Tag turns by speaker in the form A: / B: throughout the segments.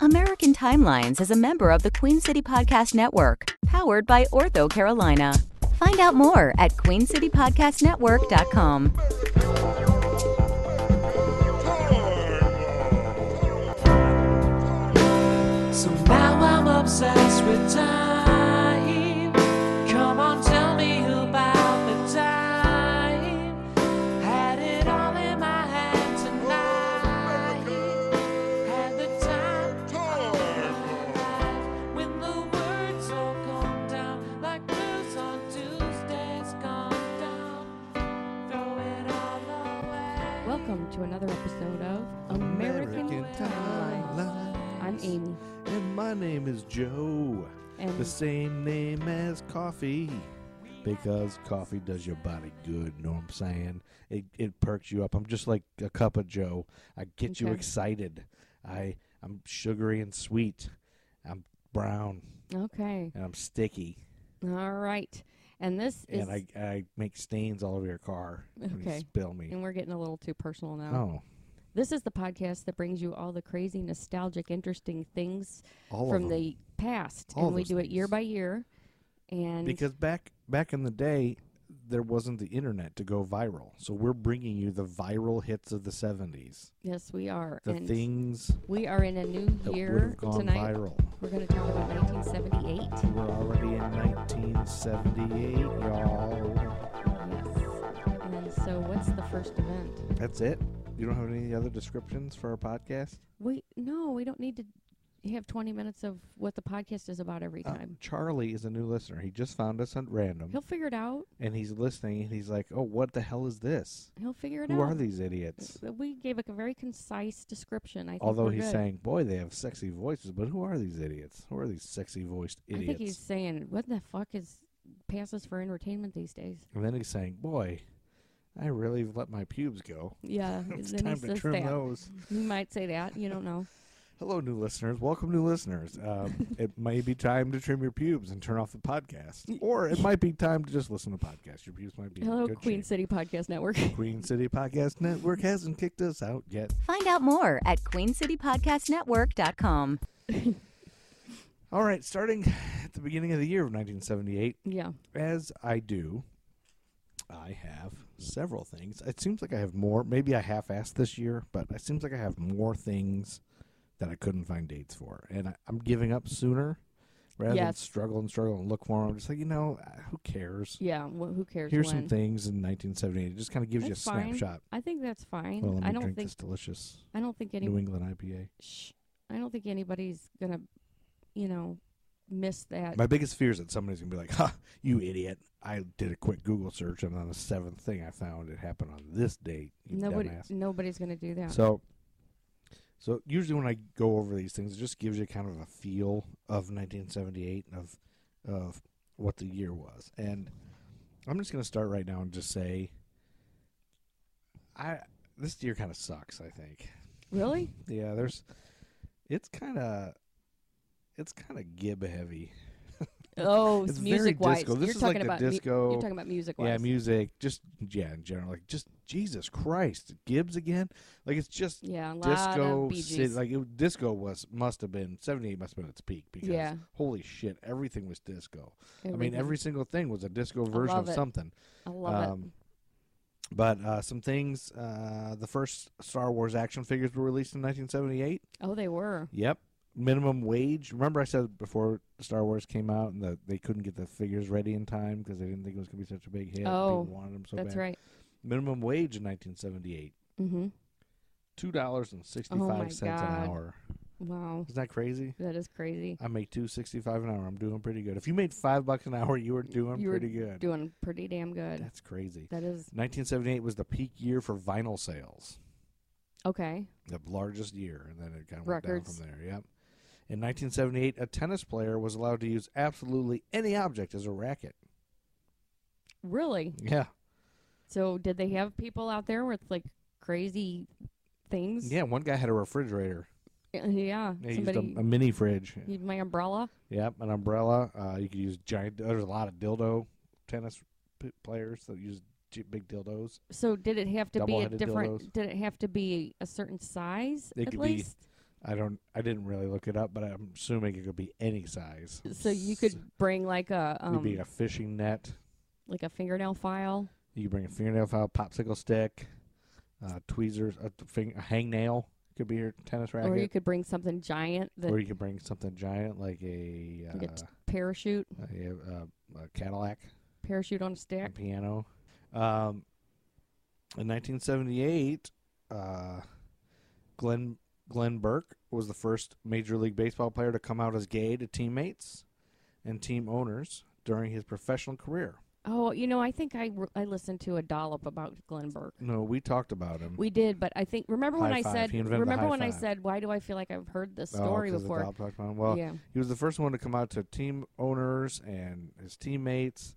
A: American Timelines is a member of the Queen City Podcast Network, powered by Ortho Carolina. Find out more at queencitypodcastnetwork.com.
B: So now I'm obsessed with time. Come on, tell me about the time. Had it all in my head tonight. Had the time of my life. when the words all come down like blues on Tuesdays gone down. Throw it all away.
C: Welcome to another episode of American, Timeline. I'm Amy.
D: And my name is Joe.
C: And
D: The same name as coffee. Because coffee does your body good, you know what I'm saying? It, it perks you up. I'm just like a cup of Joe. I get you
C: Okay.
D: excited. I, I'm sugary and sweet. I'm brown
C: okay,
D: and I'm sticky.
C: all right. And this is,
D: and I, I make stains all over your car when you
C: Okay.
D: spill me.
C: and uh, we're getting a little too personal now.
D: Oh,
C: This is the podcast that brings you all the crazy, nostalgic, interesting things
D: all
C: from
D: of them.
C: the past,
D: All
C: and we
D: those
C: do it year
D: things.
C: by year. And
D: because back back in the day there wasn't the internet to go viral so we're bringing you the viral hits of the 70s
C: yes, we are.
D: the
C: and
D: things
C: we are in a new
D: that would
C: year
D: have gone
C: tonight.
D: viral
C: We're going to talk about 1978.
D: we're already in 1978 y'all
C: Yes. And so, what's the first event?
D: that's it you don't have any other descriptions for our podcast
C: Wait, no, we don't need to have 20 minutes of what the podcast is about every
D: Uh,
C: time.
D: charlie is a new listener he just found us at random
C: He'll figure it out.
D: and he's listening and he's like oh what the hell is this
C: He'll figure it
D: who
C: out.
D: are these idiots
C: Uh, We gave a very concise description. I think
D: Although
C: we're
D: he's
C: good.
D: saying, boy, they have sexy voices, but who are these idiots? Who are these sexy voiced idiots?
C: I think he's saying, what the fuck is passes for entertainment these days?
D: And then he's saying, "Boy, I really let my pubes go.
C: Yeah.
D: It's
C: then he
D: time to
C: says
D: trim
C: that.
D: those."
C: He might say that. You don't know.
D: Hello, new listeners. Welcome, new listeners. Um, it may be time to trim your pubes and turn off the podcast, or it might be time to just listen to podcasts. Your pubes might be in
C: Hello,
D: good
C: Queen
D: shape.
C: City Podcast Network.
D: Queen City Podcast Network hasn't kicked us out yet.
A: Find out more at queencitypodcastnetwork.com.
D: All right, starting at the beginning of the year of 1978,
C: yeah.
D: as I do, I have several things. It seems like I have more. Maybe I half-assed this year, but it seems like I have more things that I couldn't find dates for, and I, I'm giving up sooner rather than
C: Yes.
D: struggle and struggle and look for them. I'm just like you know, uh, who cares?
C: Yeah. Wh- who cares
D: Here's
C: when?
D: some things in 1978. It just kind of gives
C: That's
D: you a
C: fine.
D: snapshot.
C: I think that's fine.
D: Well, let me
C: I don't
D: drink
C: think
D: this delicious
C: I don't think any
D: New England IPA.
C: Shh. I don't think anybody's gonna, you know, miss that.
D: My biggest fear is that somebody's gonna be like, "Ha, you idiot! I did a quick Google search, and on the seventh thing I found, it happened on this date." You
C: Nobody,
D: dumbass.
C: nobody's gonna do that.
D: So, so usually when I go over these things, it just gives you kind of a feel of 1978 of of what the year was. And I'm just going to start right now and just say, I this year kind of sucks. I think.
C: really?
D: Yeah, there's. It's kind of. It's kind of gib heavy.
C: Oh,
D: It's very
C: music wise.
D: disco.
C: You're
D: This is
C: talking
D: like the
C: about
D: disco-
C: you're talking about music wise.
D: Yeah, music. Just yeah, in general, like just Jesus Christ, Gibbs again. Like it's just
C: Yeah, a lot
D: disco
C: of Bee
D: si-
C: Gees.
D: like it, disco was must have been 78 must have been its peak because
C: Yeah.
D: holy shit everything was disco i mean
C: Everything.
D: every single thing was a disco version
C: love
D: of
C: it.
D: something
C: I love
D: um, but uh, some things uh, the first star wars action figures were released in 1978
C: it. Oh, they were.
D: yep minimum wage remember i said before star wars came out and the, they couldn't get the figures ready in time because they didn't think it was going to be such a big hit and
C: Oh,
D: people wanted them so
C: That's
D: bad
C: right.
D: minimum wage in 1978
C: Mm-hmm.
D: $2.65
C: Oh God.
D: an hour
C: Wow,
D: isn't that crazy
C: that is crazy.
D: I make two sixty five an hour. I'm doing pretty good. If you made five bucks an hour, you were doing
C: You were
D: pretty good.
C: Doing pretty damn good.
D: That's crazy.
C: That is
D: 1978 was the peak year for vinyl sales,
C: okay.
D: the largest year, and then it kind of
C: Records.
D: went down from there. Yep. In 1978, a tennis player was allowed to use absolutely any object as a racket.
C: Really?
D: Yeah,
C: So, did they have people out there with like crazy things?
D: yeah. One guy had a refrigerator.
C: yeah.
D: He
C: Somebody.
D: used a, a mini fridge.
C: Need my umbrella.
D: Yep, an umbrella. Uh, you could use giant. There's a lot of dildo tennis p- players that use g- big dildos.
C: So did it have to be a
D: Double-headed
C: different?
D: dildos.
C: Did it have to be a certain size
D: It
C: at
D: could be-
C: least?
D: I don't. I didn't really look it up, but I'm assuming it could be any size.
C: So you could bring like a
D: It
C: um
D: could be a fishing net.
C: like a fingernail file.
D: You could bring a fingernail file, popsicle stick, uh, tweezers, a, fing- a hangnail. Could be your tennis racket,
C: Or you could bring something giant that
D: Or you could bring something giant like a
C: Like a
D: uh,
C: t- parachute
D: a, uh, a Cadillac,
C: parachute on a
D: a
C: stick.
D: piano. Um, in 1978, uh, Glenn Glenn Burke was the first Major League Baseball player to come out as gay to teammates and team owners during his professional career.
C: Oh, you know, I think I re- I listened to a dollop about Glenn Burke.
D: No, we talked about him.
C: We did, but I think remember when
D: High
C: I
D: five.
C: said
D: He invented the high
C: remember when I
D: five.
C: said why do I feel like I've heard this
D: Oh,
C: story
D: 'cause of
C: before?
D: Doc Brockman. Well,
C: yeah,
D: he was the first one to come out to team owners and his teammates.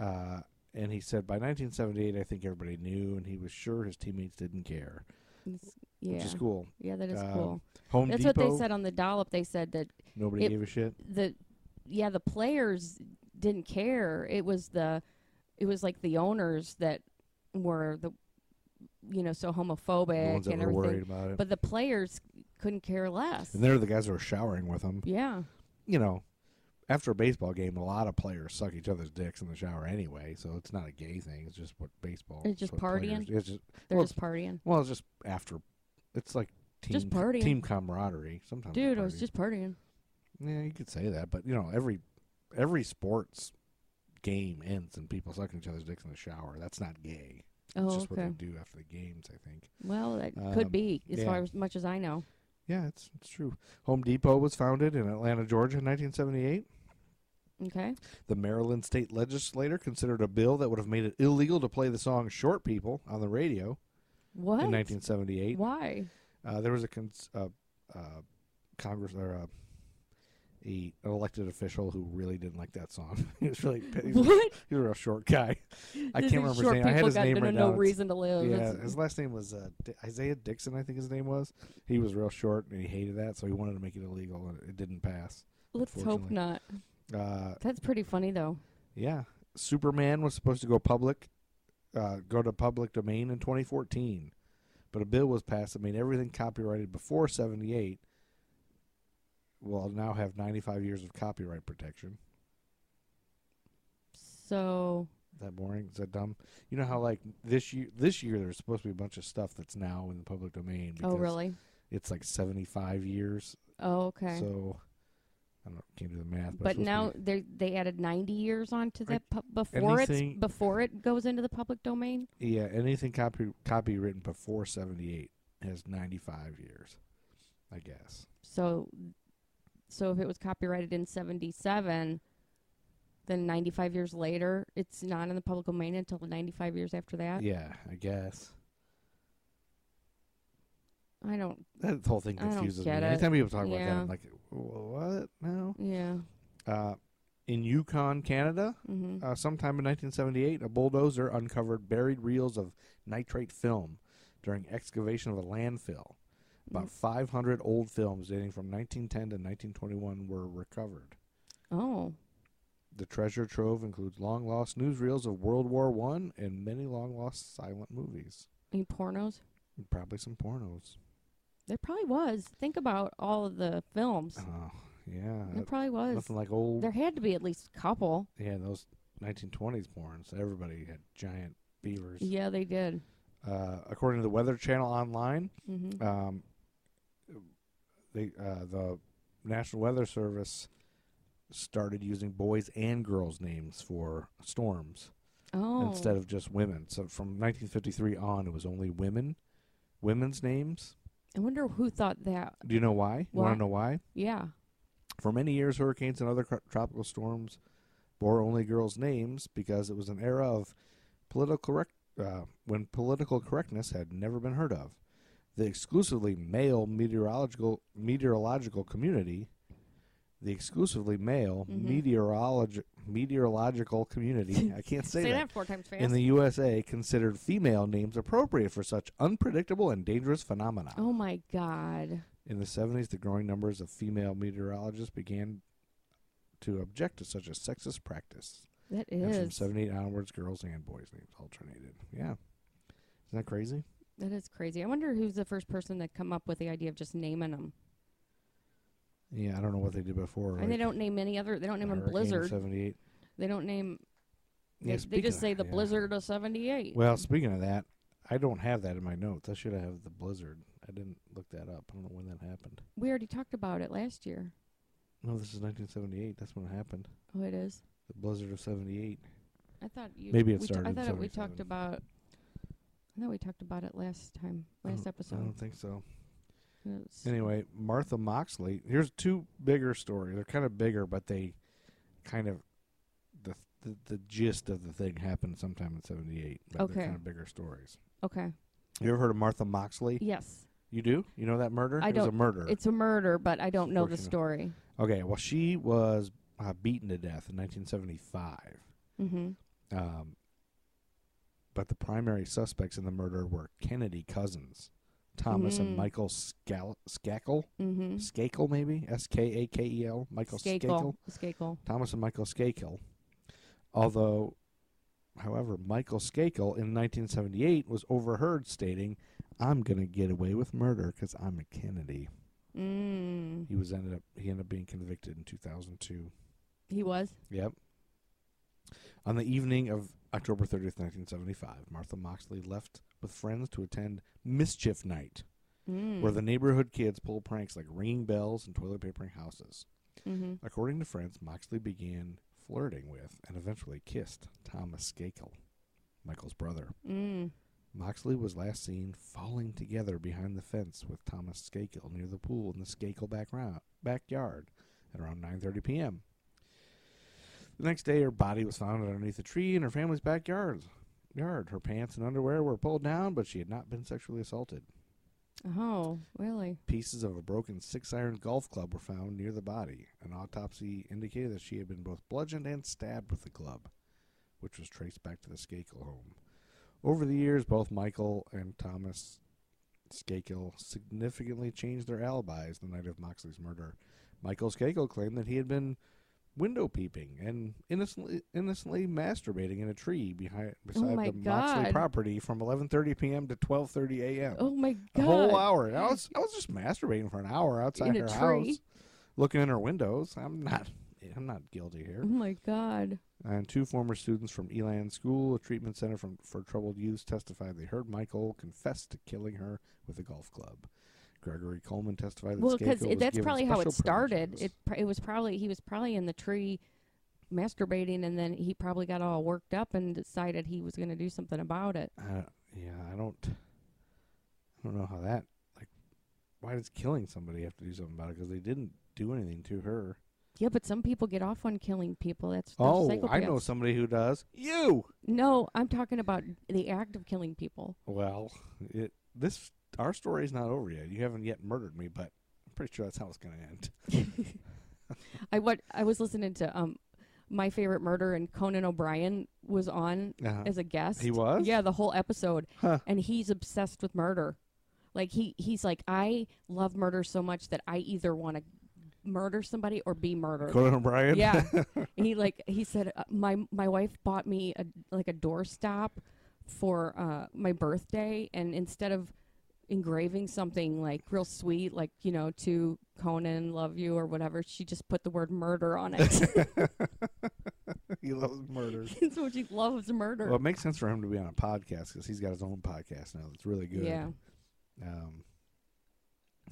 D: Uh, and he said by 1978, I think everybody knew, and he was sure his teammates didn't care,
C: It's- yeah,
D: which is cool.
C: yeah. That is
D: um,
C: cool.
D: Home
C: That's
D: Depot,
C: what they said on the dollop. They said that
D: nobody
C: It-
D: gave a shit.
C: the yeah the players didn't care. It was the it was like the owners that were the you know so
D: the
C: homophobic
D: ones that
C: and
D: were worried
C: everything,
D: about it.
C: but the players couldn't care less.
D: and they're the guys that were showering with him.
C: Yeah.
D: You know, after a baseball game, a lot of players suck each other's dicks in the shower anyway, so it's not a gay thing. It's just what baseball.
C: It's just
D: what players-
C: partying?
D: It's just
C: They're
D: Well,
C: just partying.
D: well, it's just after. It's like team
C: Just partying.
D: team camaraderie. Sometimes
C: Dude, I was
D: partying.
C: just partying.
D: Yeah, you could say that, but you know, every every sports game ends and people sucking each other's dicks in the shower. That's not gay. It's
C: Oh,
D: just
C: okay.
D: what they do after the games, I think.
C: Well, that
D: Um,
C: could be as
D: yeah.
C: far as much as I know.
D: Yeah, it's it's true. Home Depot was founded in Atlanta, Georgia in 1978.
C: Okay.
D: The Maryland state legislator considered a bill that would have made it illegal to play the song Short People on the radio
C: What?
D: in 1978.
C: Why?
D: Uh, there was a cons- uh, uh, Congress or uh, a, an elected official who really didn't like that song. he was really he was,
C: What?
D: he was a real short guy. I can't
C: These
D: remember his
C: short
D: name. I had
C: people
D: his
C: got
D: name
C: no-
D: right
C: no
D: now. It's-
C: reason to live.
D: yeah,
C: It's-
D: his last name was uh, D- Isaiah Dixon. I think his name was. He was real short and he hated that, so he wanted to make it illegal, and it didn't pass.
C: let's hope
D: unfortunately.
C: not.
D: Uh,
C: That's pretty funny though.
D: yeah, Superman was supposed to go public, uh, go to public domain in 2014, but a bill was passed that made everything copyrighted before 78 will now have 95 years of copyright protection.
C: So oh,
D: Is that boring? Is that dumb? You know how like this year, this year there's supposed to be a bunch of stuff that's now in the public domain.
C: Oh
D: because
C: really?
D: It's like 75 years,
C: Oh okay.
D: so I don't know, can't do the math. But,
C: but
D: it's supposed to
C: now
D: be-
C: they they added 90 years onto
D: Like,
C: that pu- before
D: anything-
C: it's before it goes into the public domain.
D: yeah, anything copy copywritten before 78 has 95 years, I guess.
C: So so if it was copyrighted in 77 then 95 years later it's not in the public domain until 95 years after that.
D: Yeah, I guess.
C: I don't
D: That whole thing
C: I don't
D: confuses me.
C: get it.
D: Anytime people talk about that,
C: Yeah.
D: I'm like, what now?
C: yeah.
D: Uh, in Yukon, Canada,
C: Mhm.
D: uh, sometime in 1978, a bulldozer uncovered buried reels of nitrate film during excavation of a landfill.
C: Mm.
D: About 500 old films dating from 1910 to 1921 were recovered.
C: oh.
D: The treasure trove includes long lost newsreels of World War One and many long lost silent movies.
C: Any pornos?
D: And probably some pornos.
C: There probably was. Think about all of the films.
D: Oh, yeah.
C: There probably was.
D: Nothing like old.
C: There had to be at least a couple.
D: Yeah, those 1920s porns. Everybody had giant beavers.
C: Yeah, they did.
D: Uh, according to the Weather Channel online,
C: hmm
D: um, they, uh, the National Weather Service started using boys and girls' names for storms
C: Oh.
D: instead of just women. So from 1953 on, it was only women, women's names.
C: I wonder who thought that.
D: Do you know why? You want
C: Why?
D: to know why?
C: Yeah.
D: For many years, hurricanes and other cro- tropical storms bore only girls' names because it was an era of political correct uh, when political correctness had never been heard of. The exclusively male meteorological meteorological community, the exclusively male
C: Mhm.
D: meteorologi- meteorological community. I can't say,
C: Say
D: that.
C: that four times fast.
D: In the USA, considered female names appropriate for such unpredictable and dangerous phenomena.
C: oh my God.
D: In the 70s, the growing numbers of female meteorologists began to object to such a sexist practice.
C: That
D: and from
C: is.
D: 78 onwards, girls and boys' names alternated. Yeah. Isn't that crazy?
C: That is crazy. I wonder who's the first person to come up with the idea of just naming them.
D: Yeah, I don't know what they did before.
C: And they
D: right?
C: don't name any other. They don't name them
D: Hurricane
C: Blizzard.
D: Seventy-eight.
C: They don't name. They,
D: Yeah,
C: they
D: speaking
C: just
D: of-
C: say the
D: yeah.
C: Blizzard of '78.
D: Well, speaking of that, I don't have that in my notes. I should have the blizzard. I didn't look that up. I don't know when that happened.
C: We already talked about it last year.
D: No, this is 1978. That's when it happened.
C: Oh, it is.
D: The blizzard of 78.
C: I thought you.
D: Maybe it
C: we
D: started
C: I
D: in
C: thought it- we
D: 77.
C: talked about. I thought we talked about it last time, last
D: I
C: episode.
D: don't think so.
C: It's-
D: Anyway, Martha Moxley. Here's two bigger stories. They're kind of bigger, but they kind of the the, the gist of the thing happened sometime in 78. But
C: Okay.
D: They're kind of bigger stories.
C: Okay.
D: You ever heard of Martha Moxley?
C: Yes,
D: You do? You know that murder?
C: I
D: it was a
C: don't-
D: murder.
C: it's a murder, but I don't know the
D: Unfortunate.
C: story.
D: Okay, well, she was uh, beaten to death in 1975.
C: Mm-hmm.
D: Um, but the primary suspects in the murder were Kennedy cousins, Thomas
C: Mhm.
D: and Michael Scal- Skakel.
C: Mm-hmm.
D: Skakel, maybe? S K A K E L? Michael Skakel.
C: Skakel. Skakel.
D: Thomas and Michael Skakel. Although, however, Michael Skakel in 1978 was overheard stating, I'm going to get away with murder because I'm a Kennedy.
C: Mm.
D: He was ended up he ended up being convicted in 2002.
C: He was.
D: Yep. On the evening of October 30th, 1975, Martha Moxley left with friends to attend Mischief Night,
C: Mm.
D: where the neighborhood kids pull pranks like ringing bells and toilet papering houses.
C: mm-hmm.
D: According to friends, Moxley began flirting with and eventually kissed Thomas Skakel, Michael's brother.
C: Mm.
D: Moxley was last seen falling together behind the fence with Thomas Skakel near the pool in the Skakel background, backyard at around 9:30 p.m. The next day, her body was found underneath a tree in her family's backyard. Yard. Her pants and underwear were pulled down, but she had not been sexually assaulted.
C: Oh, really?
D: Pieces of a broken six iron golf club were found near the body. An autopsy indicated that she had been both bludgeoned and stabbed with the club, which was traced back to the Skakel home. Over the years, both Michael and Thomas Skakel significantly changed their alibis the night of Moxley's murder. Michael Skakel claimed that he had been window peeping and innocently innocently masturbating in a tree behind beside
C: Oh my
D: the Moxley
C: God.
D: property from 11:30 p.m. to 12:30 a.m.
C: Oh my
D: A
C: god!
D: whole hour. I was I was just masturbating for an hour outside
C: In
D: her
C: a
D: house,
C: tree?
D: looking in her windows. I'm not I'm not guilty here.
C: Oh my god!
D: And two former students from Elan School, a treatment center from, for troubled youth, testified they heard Michael confess to killing her with a golf club. Gregory Coleman testified that
C: Well,
D: because
C: because that's probably how it started. It pr- it was probably he was probably in the tree, masturbating, and then he probably got all worked up and decided he was going to do something about it.
D: I don't- Uh, yeah, I don't. I don't know how that. Like, why does killing somebody have to do something about it? Because they didn't do anything to her.
C: Yeah, but some people get off on killing people. That's they're
D: Oh, I know
C: psychopaths.
D: somebody who does. You.
C: No, I'm talking about the act of killing people.
D: Well, it this our story's not over yet. You haven't yet murdered me, but I'm pretty sure that's how it's going to end.
C: I what I was listening to um, my favorite murder and Conan O'Brien was on
D: Uh-huh.
C: as a guest.
D: He was?
C: Yeah, the whole episode.
D: Huh.
C: And he's obsessed with murder. Like he he's like I love murder so much that I either want to murder somebody or be murdered.
D: Conan O'Brien.
C: Yeah. he like he said uh, my my wife bought me a like a doorstop for uh my birthday and instead of engraving something like real sweet like you know to Conan love you or whatever she just put the word murder on it.
D: he loves murder.
C: so she loves murder.
D: Well, it makes sense for him to be on a podcast because he's got his own podcast now that's really good.
C: Yeah.
D: Um,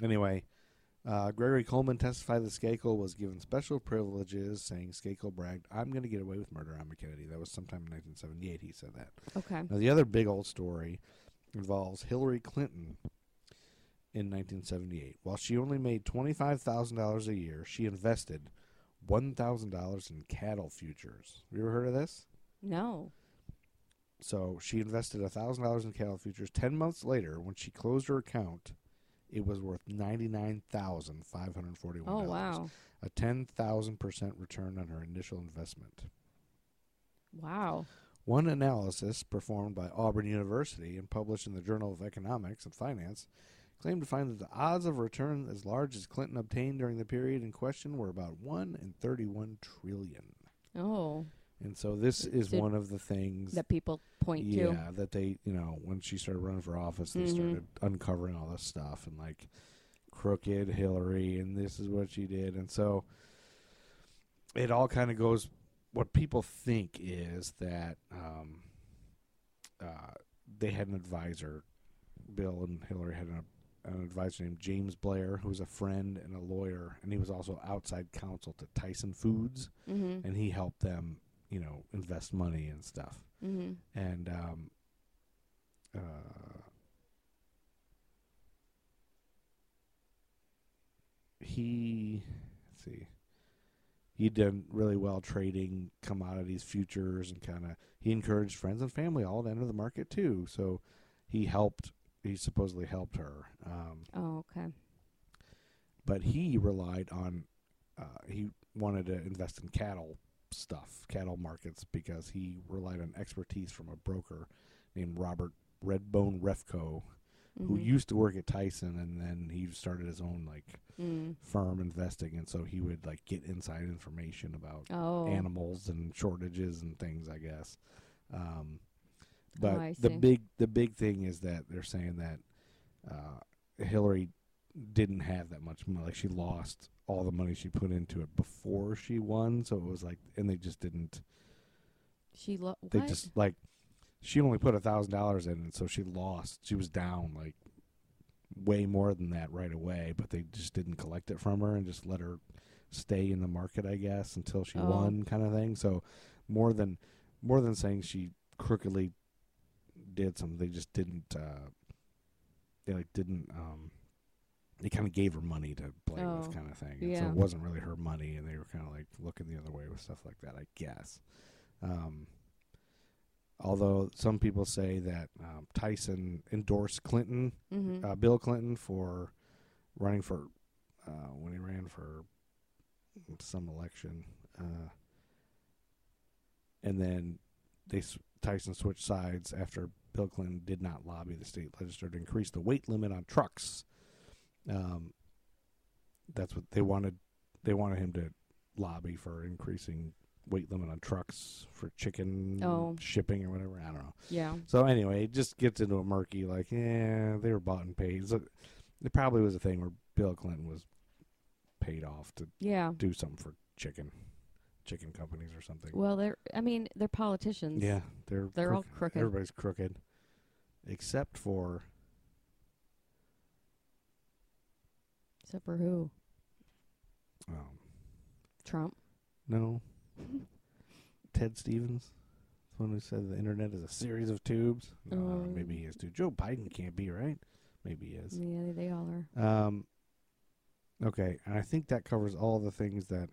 D: anyway, uh, Gregory Coleman testified that Skakel was given special privileges, saying Skakel bragged, I'm going to get away with murder. I'm a Kennedy. That was sometime in 1978 he said that.
C: Okay.
D: Now, the other big old story involves Hillary Clinton in 1978. While she only made $25,000 a year, she invested $1,000 in cattle futures. Have you ever heard of this?
C: No.
D: So she invested $1,000 in cattle futures. Ten months later, when she closed her account, it was worth $99,541.
C: Oh wow.
D: A 10,000% return on her initial investment.
C: Wow.
D: One analysis performed by Auburn University and published in the Journal of Economics and Finance claimed to find that the odds of return as large as Clinton obtained during the period in question were about 1 in 31 trillion.
C: Oh,
D: And so this is
C: Did-
D: one of the things
C: that people point
D: yeah,
C: to.
D: that they, you know, when she started running for office, they
C: Mhm.
D: started uncovering all this stuff and like crooked Hillary, and this is what she did, and so it all kind of goes. What people think is that um, uh, they had an advisor. Bill and Hillary had an, an advisor named James Blair, who was a friend and a lawyer, and he was also outside counsel to Tyson Foods,
C: Mm-hmm.
D: and he helped them, you know, invest money and stuff
C: Mm-hmm.
D: and um, uh, he let's see he done really well trading commodities futures and kind of he encouraged friends and family all to enter the market too so he helped he supposedly helped her um,
C: Oh, okay.
D: but he relied on uh, he wanted to invest in cattle stuff, cattle markets, because he relied on expertise from a broker named Robert Redbone Refco, who
C: Mhm.
D: used to work at Tyson, and then he started his own like
C: Mm.
D: firm investing, and so he would like get inside information about
C: Oh.
D: animals and shortages and things, I guess. Um, but
C: Oh, I
D: the
C: see.
D: big the big thing is that they're saying that uh, Hillary didn't have that much money. Like she lost all the money she put into it before she won, so it was like, and they just didn't.
C: She lo-
D: They
C: what?
D: just like she only put a thousand dollars in, and so she lost. She was down like way more than that right away, but they just didn't collect it from her and just let her stay in the market, I guess, until she
C: Oh.
D: won, kind of thing. So more than more than saying she crookedly did something, they just didn't. uh They like didn't. um They kind of gave her money to play
C: Oh,
D: with, kind of thing. And So
C: yeah.
D: it wasn't really her money, and they were kind of like looking the other way with stuff like that, I guess. Um, although some people say that um, Tyson endorsed Clinton
C: Mhm.
D: uh, Bill Clinton for running for uh, when he ran for some election, uh, and then they s- Tyson switched sides after Bill Clinton did not lobby the state legislature to increase the weight limit on trucks. Um, that's what they wanted. They wanted him to lobby for increasing weight limit on trucks for chicken
C: Oh.
D: shipping or whatever. I don't know.
C: yeah.
D: So anyway, it just gets into a murky like, yeah, they were bought and paid. So it probably was a thing where Bill Clinton was paid off to
C: Yeah.
D: do something for chicken, chicken companies or something.
C: Well, they're. I mean, they're politicians.
D: yeah, they're
C: They're all crooked.
D: Everybody's crooked, except for
C: Except for who?
D: um,
C: Trump.
D: no Ted Stevens, the one who said the internet is a series of tubes. No, I don't know,
C: Oh.
D: maybe he is too. Joe Biden can't be right. Maybe he is.
C: Yeah, they all are.
D: Um, okay, and I think that covers all the things that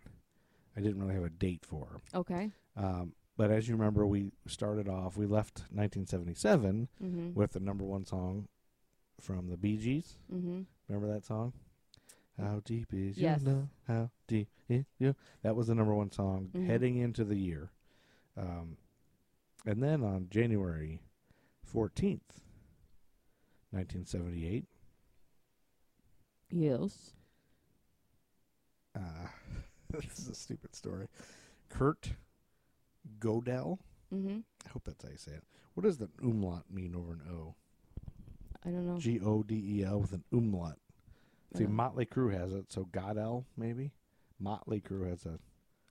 D: I didn't really have a date for.
C: Okay.
D: Um, but as you remember, we started off, we left 1977
C: Mm-hmm.
D: with the number one song from the Bee Gees.
C: Mm-hmm.
D: Remember that song? How deep is
C: Yes.
D: your love? How deep is your? That was the number one song
C: Mhm.
D: heading into the year. Um, and then on January 14th, 1978,
C: Yes.
D: uh, this is a stupid story. Kurt Godel.
C: Mm-hmm.
D: I hope that's how you say it. What does the umlaut mean over an O?
C: I don't know.
D: G O D E L with an umlaut. See,
C: Uh,
D: Motley Crue has it, so Godel maybe. Motley Crue has a.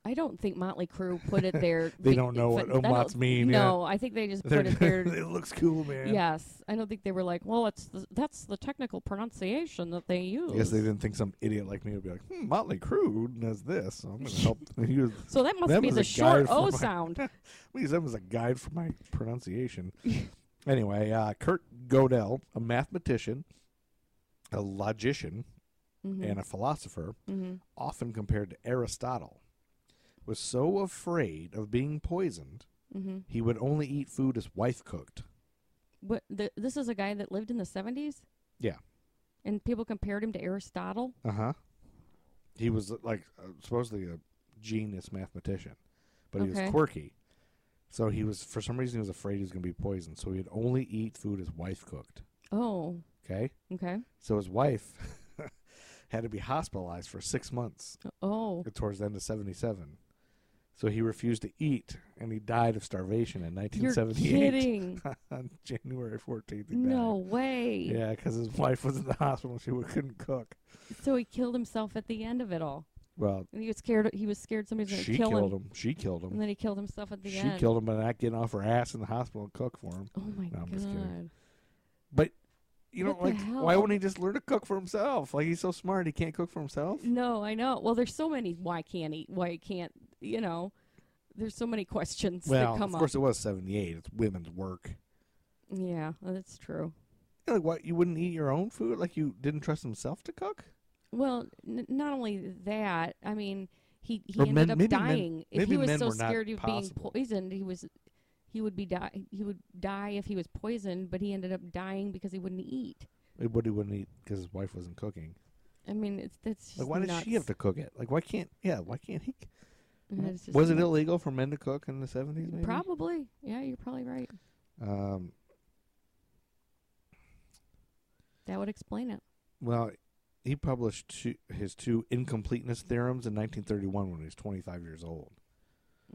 C: I don't think Motley Crue put it there.
D: They
C: be-
D: don't know what
C: but I don't-
D: umlauts mean. yeah.
C: No, I think they just
D: They're-
C: put it there.
D: it looks cool, man.
C: Yes, I don't think they were like, well, it's the, that's the technical pronunciation that they use.
D: I guess they didn't think some idiot like me would be like, hmm, Motley Crue does this. So I'm gonna help. he was,
C: So that must
D: That
C: be
D: was
C: the
D: a guide
C: short
D: for
C: O
D: my-
C: sound.
D: Please, that was a guide for my pronunciation. anyway, uh, Kurt Godel, a mathematician, a logician,
C: Mm-hmm. Mm.
D: and a philosopher,
C: hmm
D: often compared to Aristotle, was so afraid of being poisoned
C: hmm
D: he would only eat food his wife cooked.
C: But th- this is a guy that lived in the seventies.
D: Yeah.
C: And people compared him to Aristotle.
D: Uh huh. He was like uh, supposedly a genius mathematician, but he
C: Okay.
D: was quirky. So he was, for some reason, he was afraid he was going to be poisoned. So he'd only eat food his wife cooked.
C: Oh,
D: Okay.
C: okay.
D: So his wife had to be hospitalized for six months
C: Oh,
D: towards the end of 77. So he refused to eat, and he died of starvation in
C: You're
D: 1978
C: kidding.
D: on January 14th. He died.
C: no way.
D: Yeah, because his wife was in the hospital. She wa- couldn't cook.
C: So he killed himself at the end of it all.
D: Well,
C: And he was scared. He was scared somebody's going to
D: she
C: kill
D: killed
C: him.
D: him. She killed
C: And
D: him.
C: then he killed himself at the
D: She
C: end.
D: killed him by not getting off her ass in the hospital and cook for him.
C: Oh my
D: No, I'm just kidding.
C: god.
D: But you know,
C: What the
D: like, why
C: hell?
D: wouldn't he just learn to cook for himself? Like he's so smart, he can't cook for himself.
C: No, I know. Well, there's so many why can't he? Why can't, you know, there's so many questions
D: Well,
C: that
D: of
C: come
D: course,
C: up.
D: it was 78. It's women's work.
C: Yeah, well, that's true.
D: Yeah, like, what? You wouldn't eat your own food? Like you didn't trust himself to cook?
C: Well, n- not only that, I mean, he, he
D: Or
C: ended
D: men-
C: up
D: maybe men-
C: dying. if
D: maybe
C: he was
D: men
C: so
D: were not
C: scared of being
D: possible.
C: poisoned, he was he would be die he would die if he was poisoned, but he ended up dying because he wouldn't eat.
D: Like, What he wouldn't eat because his wife wasn't cooking.
C: I mean, it's that's just
D: Like why did she have to cook it? Like why can't? Yeah, why can't he?
C: Mm-hmm.
D: Was it illegal for men to cook in the 70s? Maybe?
C: Probably. Yeah, you're probably right.
D: Um,
C: That would explain it.
D: well, he published two, his two incompleteness theorems in 1931 when he was 25 years old.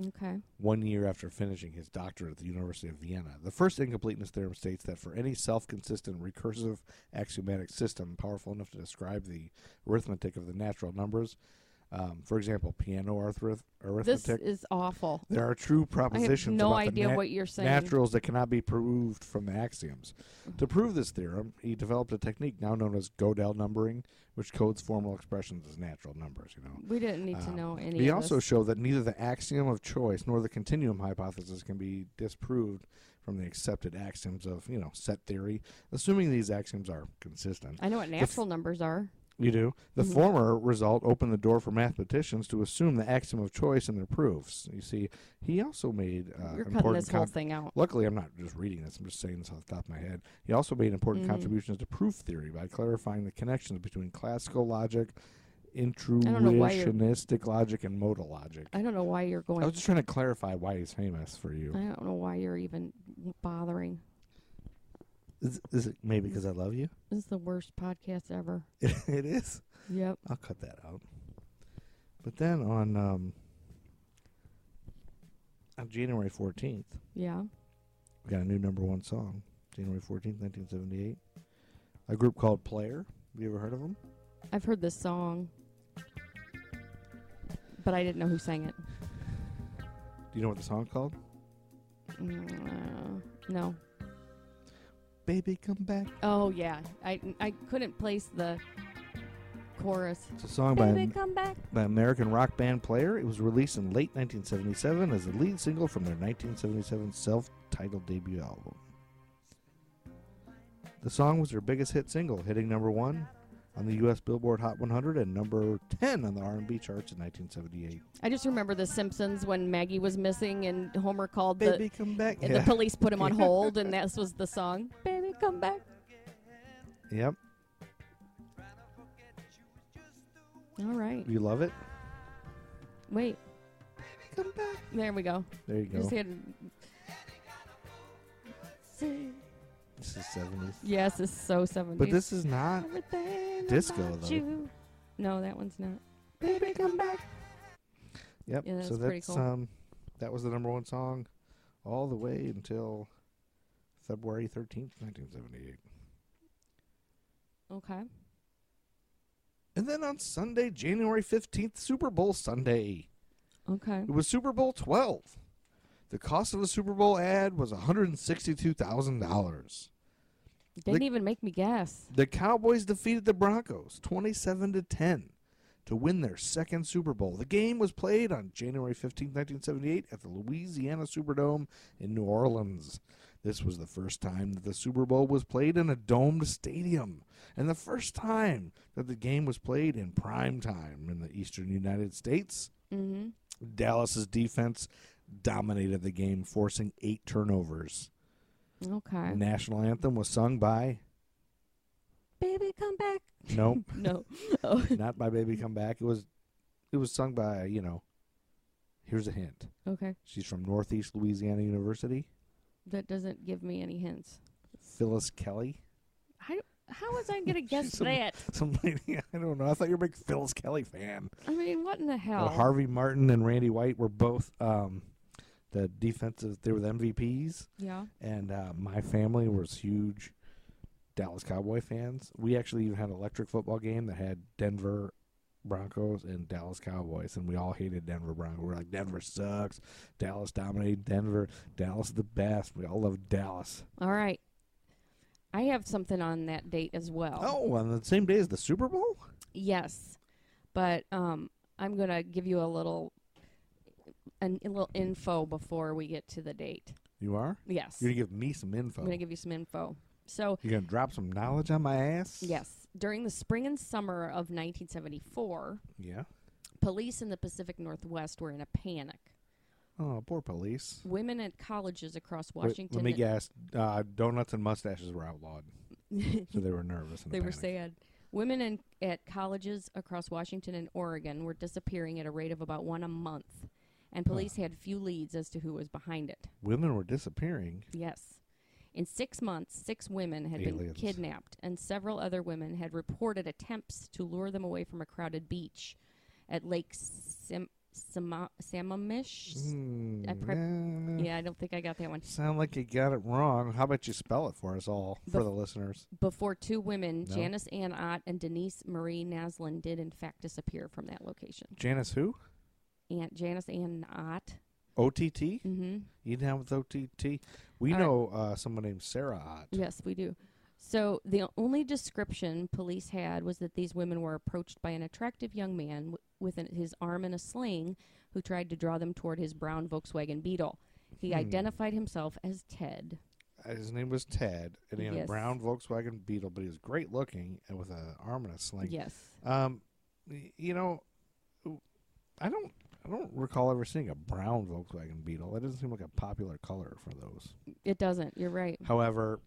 C: Okay.
D: one year after finishing his doctorate at the University of Vienna. The first incompleteness theorem states that for any self consistent recursive axiomatic system powerful enough to describe the arithmetic of the natural numbers, um, for example, piano arith-
C: This
D: arithmetic,
C: is awful.
D: there are true
C: I have
D: propositions
C: no
D: about
C: idea
D: the nat-
C: what you're saying.
D: naturals that cannot be proved from the axioms. To prove this theorem, he developed a technique now known as Gödel numbering, which codes formal expressions as natural numbers, you know.
C: We didn't need to
D: Um,
C: know any.
D: He
C: of
D: also
C: this.
D: showed that neither the axiom of choice nor the continuum hypothesis can be disproved from the accepted axioms of, you know, set theory, assuming these axioms are consistent.
C: I know what natural numbers are.
D: You do. The
C: Mhm.
D: former result opened the door for mathematicians to assume the axiom of choice in their proofs. You see, he also made uh,
C: you're cutting
D: important
C: this whole
D: con-
C: thing out.
D: Luckily, I'm not just reading this. I'm just saying this off the top of my head. He also made important
C: Mhm.
D: contributions to proof theory by clarifying the connections between classical logic,
C: know why you're-
D: intuitionistic logic, and modal logic.
C: I don't know why you're going.
D: I was just trying to clarify why he's famous for
C: I
D: you.
C: don't know why you're even bothering.
D: Is, is it maybe because I love you?
C: This is the worst podcast ever.
D: It, it is.
C: Yep.
D: I'll cut that out. But then on um, on January 14th,
C: Yeah.
D: we got a new number one song. January 14th, 1978. A group called Player. Have you ever heard of them?
C: I've heard this song, but I didn't know who sang it.
D: Do you know what the song's called?
C: Mm, uh, no.
D: Baby Come Back.
C: Oh yeah. I I couldn't place the chorus.
D: It's a song
C: Baby,
D: by,
C: come back.
D: by American rock band Player. It was released in late 1977 as the lead single from their 1977 self titled debut album. The song was their biggest hit single, hitting number one on the U.S. Billboard Hot 100 and number 10 on the R&B charts in 1978.
C: I just remember The Simpsons when Maggie was missing and Homer called the
D: Baby Come Back.
C: and the police put him on hold, and this was the song. Baby, come back.
D: Yep.
C: All right.
D: You love it?
C: Wait.
D: Come back.
C: There we go.
D: There you
C: Just
D: go.
C: had to-
D: This is 70s.
C: Yes, it's so 70s.
D: But this is not
C: Everything
D: disco,
C: about
D: though.
C: you. No, that one's not.
D: Baby, come back. Yep.
C: Yeah, that's
D: so
C: pretty
D: that's
C: cool.
D: um, that was the number one song, all the way until February thirteenth, nineteen seventy-eight.
C: Okay.
D: And then on Sunday, January fifteenth, Super Bowl Sunday.
C: Okay.
D: It was Super Bowl twelve. The cost of a Super Bowl ad was one hundred and sixty-two thousand dollars.
C: Didn't even make me guess.
D: The Cowboys defeated the Broncos 27 to 10 to win their second Super Bowl. The game was played on January 15, 1978 at the Louisiana Superdome in New Orleans. This was the first time that the Super Bowl was played in a domed stadium and the first time that the game was played in prime time in the Eastern United States.
C: Mm-hmm.
D: Dallas's defense dominated the game forcing 8 turnovers.
C: Okay.
D: The national anthem was sung by
C: Baby, come back.
D: Nope.
C: No. Oh,
D: not by baby come back it was it was sung by you know here's a hint
C: okay.
D: she's from northeast louisiana university
C: That doesn't give me any hints.
D: phyllis kelly
C: I, How was I gonna guess
D: some-
C: that?
D: Some lady, I don't know. I thought you were a big Phyllis Kelly fan.
C: I mean, what in the
D: Uh,
C: hell?
D: Harvey Martin and Randy White were both um, the defensive. They were the MVPs,
C: yeah.
D: and uh, my family was huge Dallas Cowboy fans. We actually even had an electric football game that had Denver Broncos and Dallas Cowboys, and we all hated Denver Broncos. We were like, Denver sucks. Dallas dominated Denver. Dallas is the best. We all love Dallas.
C: All right. I have something on that date as well.
D: Oh, on the same day as the Super Bowl?
C: Yes, but um, I'm gonna give you a little, an, a little info before we get to the date.
D: You are?
C: Yes,
D: You're going to give me some info.
C: I'm gonna give you some info. So
D: You're going to drop some knowledge on my ass?
C: yes, during the spring and summer of 1974,
D: Yeah.
C: police in the Pacific Northwest were in a panic.
D: Oh, poor police.
C: Women at colleges across
D: Wait,
C: Washington.
D: let me guess. Uh, donuts and mustaches were outlawed, so they were nervous. And
C: they were
D: panicked.
C: sad. Women in, at colleges across Washington and Oregon were disappearing at a rate of about one a month, and police had few leads as to who was behind it.
D: women were disappearing.
C: Yes. In six months, six women had been
D: Aliens.
C: kidnapped, and several other women had reported attempts to lure them away from a crowded beach at Lake Sam- Sama- Samamish.
D: Hmm,
C: I prob-
D: nah.
C: Yeah, I don't think I got that one.
D: Sound like you got it wrong. How about you spell it for us all, for
C: Bef-
D: the listeners?
C: Before two women,
D: No.
C: Janice Ann Ott and Denise Marie Naslin, did in fact disappear from that location.
D: Janice, who?
C: Aunt Janice Ann Ott.
D: OTT.
C: Mm-hmm.
D: You down with OTT? We
C: All right.
D: know uh, someone named Sarah Ott.
C: Yes, we do. So the only description police had was that these women were approached by an attractive young man w- with an, his arm in a sling who tried to draw them toward his brown Volkswagen Beetle. He
D: Hmm.
C: identified himself as Ted.
D: Uh, His name was Ted, and he had a
C: Yes.
D: brown Volkswagen Beetle, but he was great looking and with an arm and a sling.
C: yes.
D: Um, y- you know, I don't, I don't recall ever seeing a brown Volkswagen Beetle. That doesn't seem like a popular color for those.
C: It doesn't. You're right.
D: However,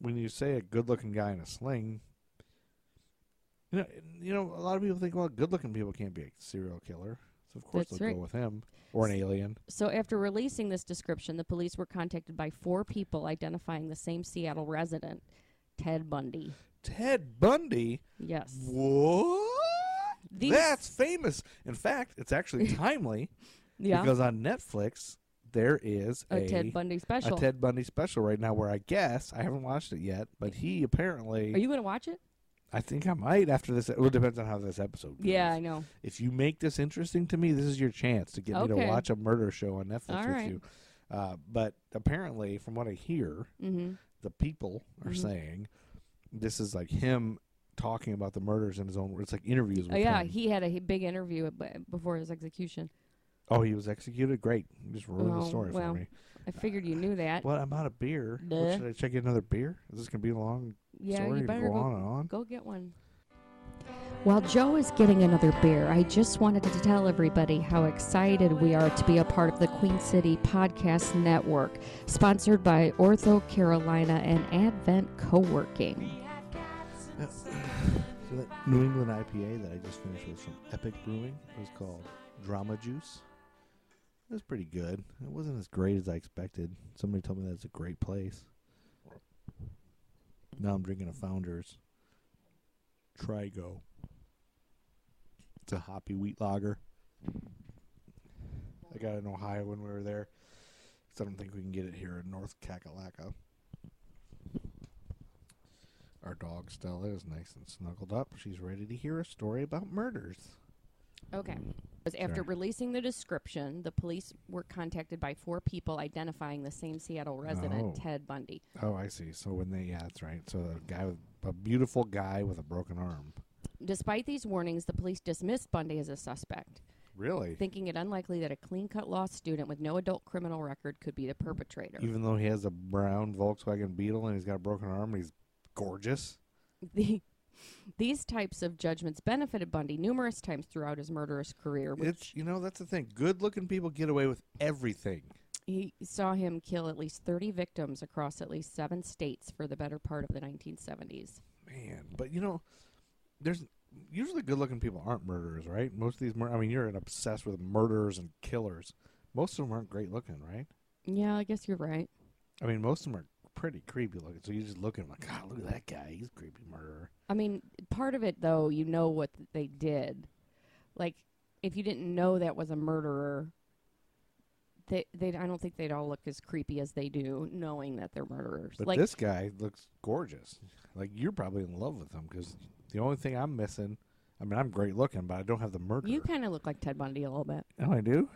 D: when you say a good-looking guy in a sling, you know, you know, a lot of people think, well, good-looking people can't be a serial killer, so of course
C: That's
D: they'll
C: right.
D: go with him or an alien.
C: So after releasing this description, the police were contacted by four people identifying the same Seattle resident, Ted Bundy.
D: Ted Bundy.
C: Yes.
D: What?
C: These-
D: That's famous. In fact, it's actually timely
C: Yeah.
D: because on Netflix there is
C: a Ted Bundy special.
D: a Ted Bundy special right now where I guess I haven't watched it yet, but he apparently
C: Are you going to watch it?
D: I think I might after this well it depends on how this episode goes.
C: Yeah, I know.
D: If you make this interesting to me, this is your chance to get me to
C: Okay.
D: watch a murder show on Netflix
C: All
D: with
C: right.
D: you. Uh, but apparently from what I hear,
C: Mm-hmm.
D: the people are
C: Mhm.
D: saying this is like him talking about the murders in his own words, like interviews with
C: Oh, yeah,
D: him.
C: he had a h- big interview ab- before his execution.
D: oh, he was executed? Great. You just ruined the
C: Well,
D: story
C: well.
D: for me.
C: I figured you knew that.
D: Well, I'm out of beer. What,
C: Duh.
D: should I check another beer? Is this gonna be a long
C: yeah,
D: story
C: you
D: to
C: better
D: go,
C: go,
D: on and on?
C: go get one. While Joe is getting another beer, I just wanted to tell everybody how excited we are to be a part of the Queen City Podcast Network, sponsored by Ortho Carolina and Advent Co-working.
D: Yeah. So that New England IPA that I just finished was from Epic Brewing. It was called Drama Juice. It was pretty good. It wasn't as great as I expected. Somebody told me that's a great place. Now I'm drinking a Founders Trigo. It's a hoppy wheat lager. I got it in Ohio when we were there. 'cause I don't think we can get it here in North Kakalaka. Our dog Stella is nice and snuggled up. She's ready to hear a story about murders.
C: Okay. Was after
D: Sure.
C: releasing the description, the police were contacted by four people identifying the same Seattle resident,
D: Oh.
C: Ted Bundy.
D: Oh, I see. So when they yeah, that's right. So a guy with a beautiful guy with a broken arm.
C: Despite these warnings, the police dismissed Bundy as a suspect.
D: Really?
C: thinking it unlikely that a clean cut law student with no adult criminal record could be the perpetrator.
D: Even though he has a brown Volkswagen Beetle and he's got a broken arm and he's gorgeous.
C: The- These types of judgments benefited Bundy numerous times throughout his murderous career, which
D: It's you know, that's the thing. Good looking people get away with everything.
C: he saw him kill at least 30 victims across at least seven states for the better part of the 1970s.
D: Man. But you know, there's usually good looking people aren't murderers, right? Most of these mur- I mean you're obsessed with murderers and killers. Most of them aren't great looking, right?
C: Yeah, I guess you're right.
D: I mean, most of them are pretty creepy looking. So you just look at him like, God, look at that guy. He's a creepy murderer.
C: I mean, part of it though, you know what th- they did. Like, if you didn't know that was a murderer, they they I don't think they'd all look as creepy as they do, knowing that they're murderers.
D: But
C: like,
D: this guy looks gorgeous. Like you're probably in love with him because the only thing I'm missing. I mean, I'm great looking, but I don't have the murder.
C: you kind of look like Ted Bundy a little bit.
D: oh, I do.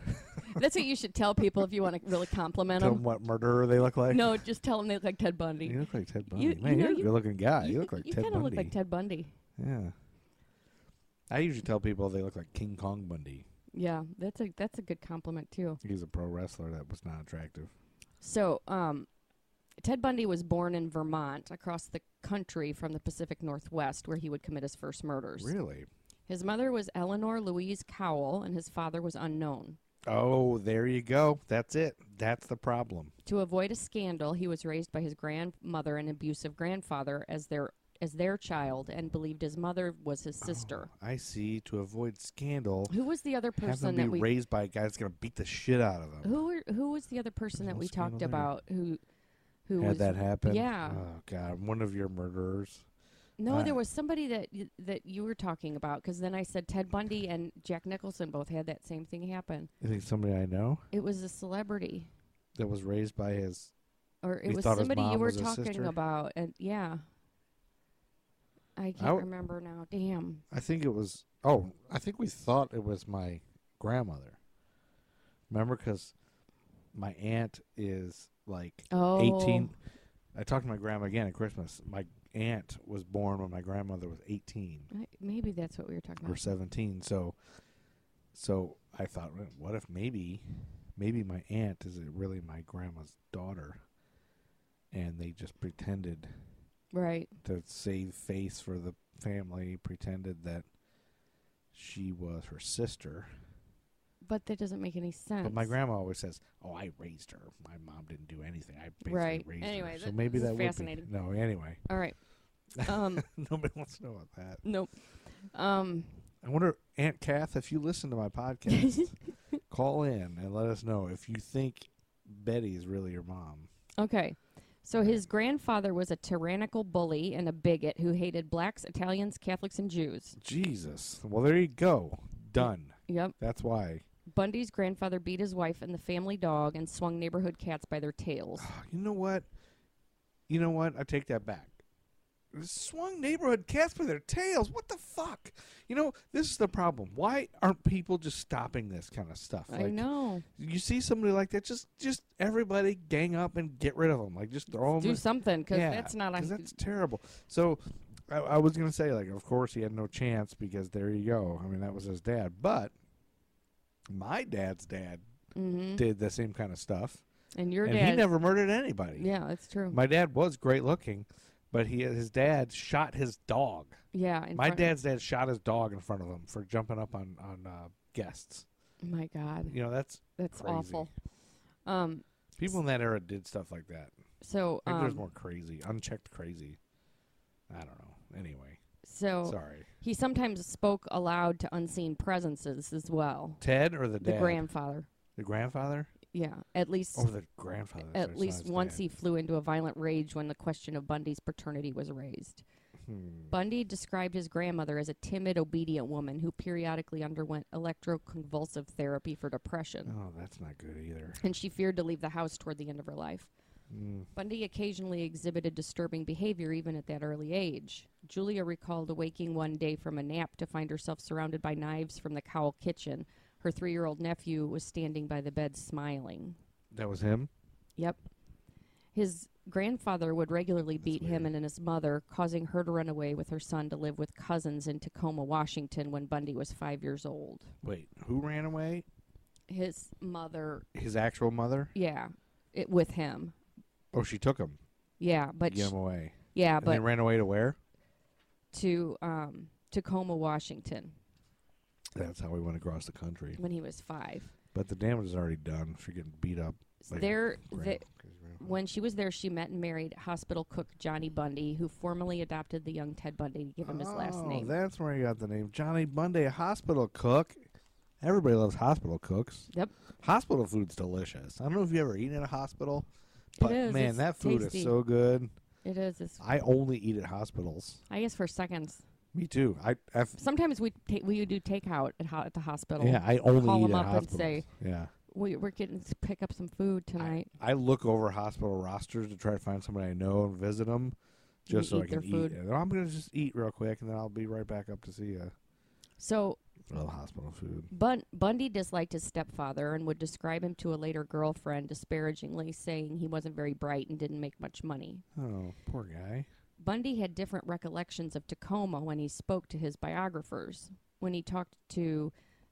C: That's what you should tell people if you want to really compliment
D: Tell 'em
C: them.
D: what murderer they look like.
C: No, just tell them they look like Ted Bundy.
D: you look like Ted Bundy.
C: you
D: Man,
C: know,
D: you're a
C: you-
D: good looking guy. You,
C: You,
D: look like
C: you
D: Ted
C: kinda
D: Bundy.
C: look like Ted Bundy.
D: Yeah. I usually tell people they look like King Kong Bundy.
C: Yeah, that's a that's a good compliment too.
D: He's a pro wrestler that was not attractive.
C: So, um, Ted Bundy was born in Vermont, across the country from the Pacific Northwest, where he would commit his first murders.
D: Really?
C: His mother was Eleanor Louise Cowell, and his father was unknown.
D: Oh, there you go. That's it. That's the problem.
C: To avoid a scandal, he was raised by his grandmother and abusive grandfather as their as their child, and believed his mother was his sister.
D: Oh, I see. To avoid scandal,
C: Who was the other
D: have them
C: person
D: be
C: that we
D: raised by a guy that's going to beat the shit out of them.
C: who were, who was the other person
D: There's
C: that
D: no
C: we talked
D: scandal there.
C: about who who
D: Had
C: was
D: that happen?
C: Yeah.
D: Oh God, one of your murderers.
C: No,
D: Uh,
C: there was somebody that y- that you were talking about because then I said Ted Bundy and Jack Nicholson both had that same thing happen.
D: You think somebody I know
C: It was a celebrity,
D: that was raised by his?
C: or it
D: He
C: was
D: thought his
C: somebody you
D: mom
C: were
D: was his
C: talking
D: sister?
C: about, and yeah, I can't
D: w-
C: remember now. Damn,
D: I think it was. Oh, I think we thought it was my grandmother. Remember, because my aunt is like
C: oh,
D: 18 i talked to my grandma again at christmas my aunt was born when my grandmother was 18
C: I- maybe that's what we were talking
D: or
C: about.
D: 17 so so i thought "Well, what if maybe maybe my aunt is really my grandma's daughter and they just pretended
C: Right?
D: to save face for the family pretended that she was her sister
C: But that doesn't make any sense.
D: but my grandma always says oh i raised her my mom didn't do anything i basically
C: Right.
D: raised
C: Anyway,
D: her so
C: that-
D: maybe
C: this
D: that
C: is
D: would
C: fascinating.
D: be no anyway
C: All right. Um.
D: Nobody wants to know about that.
C: nope. Um.
D: I wonder, Aunt Kath, if you listen to my podcast, call in and let us know if you think Betty is really your mom.
C: Okay. So his grandfather was a tyrannical bully and a bigot who hated blacks, Italians, Catholics, and Jews.
D: Jesus. Well, there you go. Done.
C: Yep.
D: That's why.
C: Bundy's grandfather beat his wife and the family dog and swung neighborhood cats by their tails.
D: You know what? You know what? I take that back. Swung neighborhood cats by their tails. What the fuck? You know, this is the problem. Why aren't people just stopping this kind of stuff?
C: I know.
D: You see somebody like that, just just everybody gang up and get rid of them. Like just throw them
C: Do something because
D: Yeah,
C: that's not.
D: 'cause
C: A,
D: that's terrible. So I, I was gonna say, like, of course he had no chance because there you go. I mean, that was his dad. But my dad's dad
C: hmm
D: did the same kind of stuff,
C: And your
D: and
C: dad.
D: he never murdered anybody.
C: yeah, that's true.
D: My dad was great looking, but he his dad shot his dog.
C: yeah. in
D: my
C: front-
D: dad's dad shot his dog in front of him for jumping up on on uh, guests.
C: My God,
D: You know, that's
C: that's
D: crazy.
C: awful. Um.
D: people in that era did stuff like that.
C: So.
D: Maybe there's
C: Um,
D: more crazy, unchecked crazy. I don't know. Anyway,
C: so
D: sorry.
C: he sometimes spoke aloud to unseen presences as well.
D: Ted or the
C: The
D: dad? Oh,
C: grandfather.
D: The grandfather?
C: Yeah. At least.
D: Or the grandfather. so
C: at
D: it's not
C: least
D: his
C: once
D: dad.
C: he flew into a violent rage when the question of Bundy's paternity was raised.
D: Hmm.
C: Bundy described his grandmother as a timid, obedient woman who periodically underwent electroconvulsive therapy for depression,
D: Oh, that's not good either.
C: and she feared to leave the house toward the end of her life.
D: Mm.
C: Bundy occasionally exhibited disturbing behavior even at that early age. Julia recalled awaking one day from a nap to find herself surrounded by knives from the Cowell kitchen. Her three year old nephew was standing by the bed smiling.
D: That was him?
C: Yep. His grandfather would regularly beat him
D: weird.
C: and then his mother, causing her to run away with her son to live with cousins in Tacoma, Washington when Bundy was five years old.
D: Wait, who ran away?
C: His mother,
D: His actual mother?
C: yeah, it, with him.
D: Oh, she took him.
C: Yeah,
D: to
C: but
D: Get
C: sh-
D: him away.
C: yeah,
D: and they
C: but
D: ran away to where?
C: to um, Tacoma, Washington
D: That's how we went across the country.
C: when he was five.
D: But the damage is already done. She's getting beat up.
C: So
D: Like
C: there,
D: Grand-
C: the,
D: his grandfather.
C: when she was there, she met and married hospital cook Johnny Bundy, who formally adopted the young Ted Bundy to give him his last
D: Oh,
C: name.
D: That's where he got the name. Johnny Bundy, hospital cook. Everybody loves hospital cooks.
C: Yep.
D: Hospital food's delicious. I don't know if you ever eaten at a hospital, But
C: is,
D: man,
C: it's
D: that food
C: tasty.
D: is so good.
C: It is. It's,
D: I only eat at hospitals.
C: I guess for seconds.
D: Me too. I, I f-
C: Sometimes we take we do takeout at, ho- at the hospital.
D: yeah, I only
C: Call
D: eat
C: them
D: at
C: up and
D: hospitals.
C: say,
D: yeah.
C: we, we're getting to pick up some food tonight.
D: I look over hospital rosters to try to find somebody I know and visit them,
C: You
D: just so I
C: eat their
D: can
C: food.
D: eat. And I'm gonna just eat real quick, and then I'll be right back up to see you.
C: so
D: Love Oh, hospital food.
C: Bun- Bundy disliked his stepfather and would describe him to a later girlfriend disparagingly, saying he wasn't very bright and didn't make much money.
D: Oh, poor guy.
C: Bundy had different recollections of Tacoma when he spoke to his biographers. When he talked to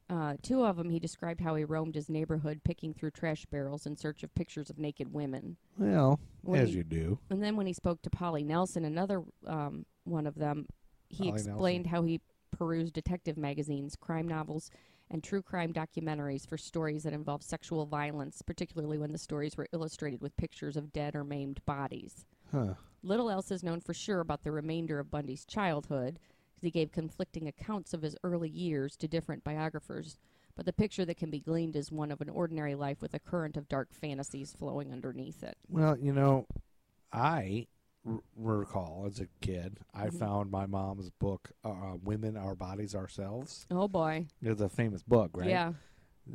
C: uh, two of them, he described how he roamed his neighborhood picking through trash barrels in search of pictures of naked women.
D: Well,
C: What
D: as
C: do you-
D: you do.
C: And then when he spoke to Polly Nelson, another um, one of them, he
D: Polly
C: explained how he perused detective magazines, crime novels, and true crime documentaries for stories that involved sexual violence, particularly when the stories were illustrated with pictures of dead or maimed bodies.
D: Huh.
C: Little else is known for sure about the remainder of Bundy's childhood, because he gave conflicting accounts of his early years to different biographers. But the picture that can be gleaned is one of an ordinary life with a current of dark fantasies flowing underneath it.
D: Well, you know, I r- recall as a kid, I
C: Mhm.
D: found my mom's book, uh, "Women, Our Bodies, Ourselves."
C: Oh boy.
D: It's a famous book, right?
C: Yeah.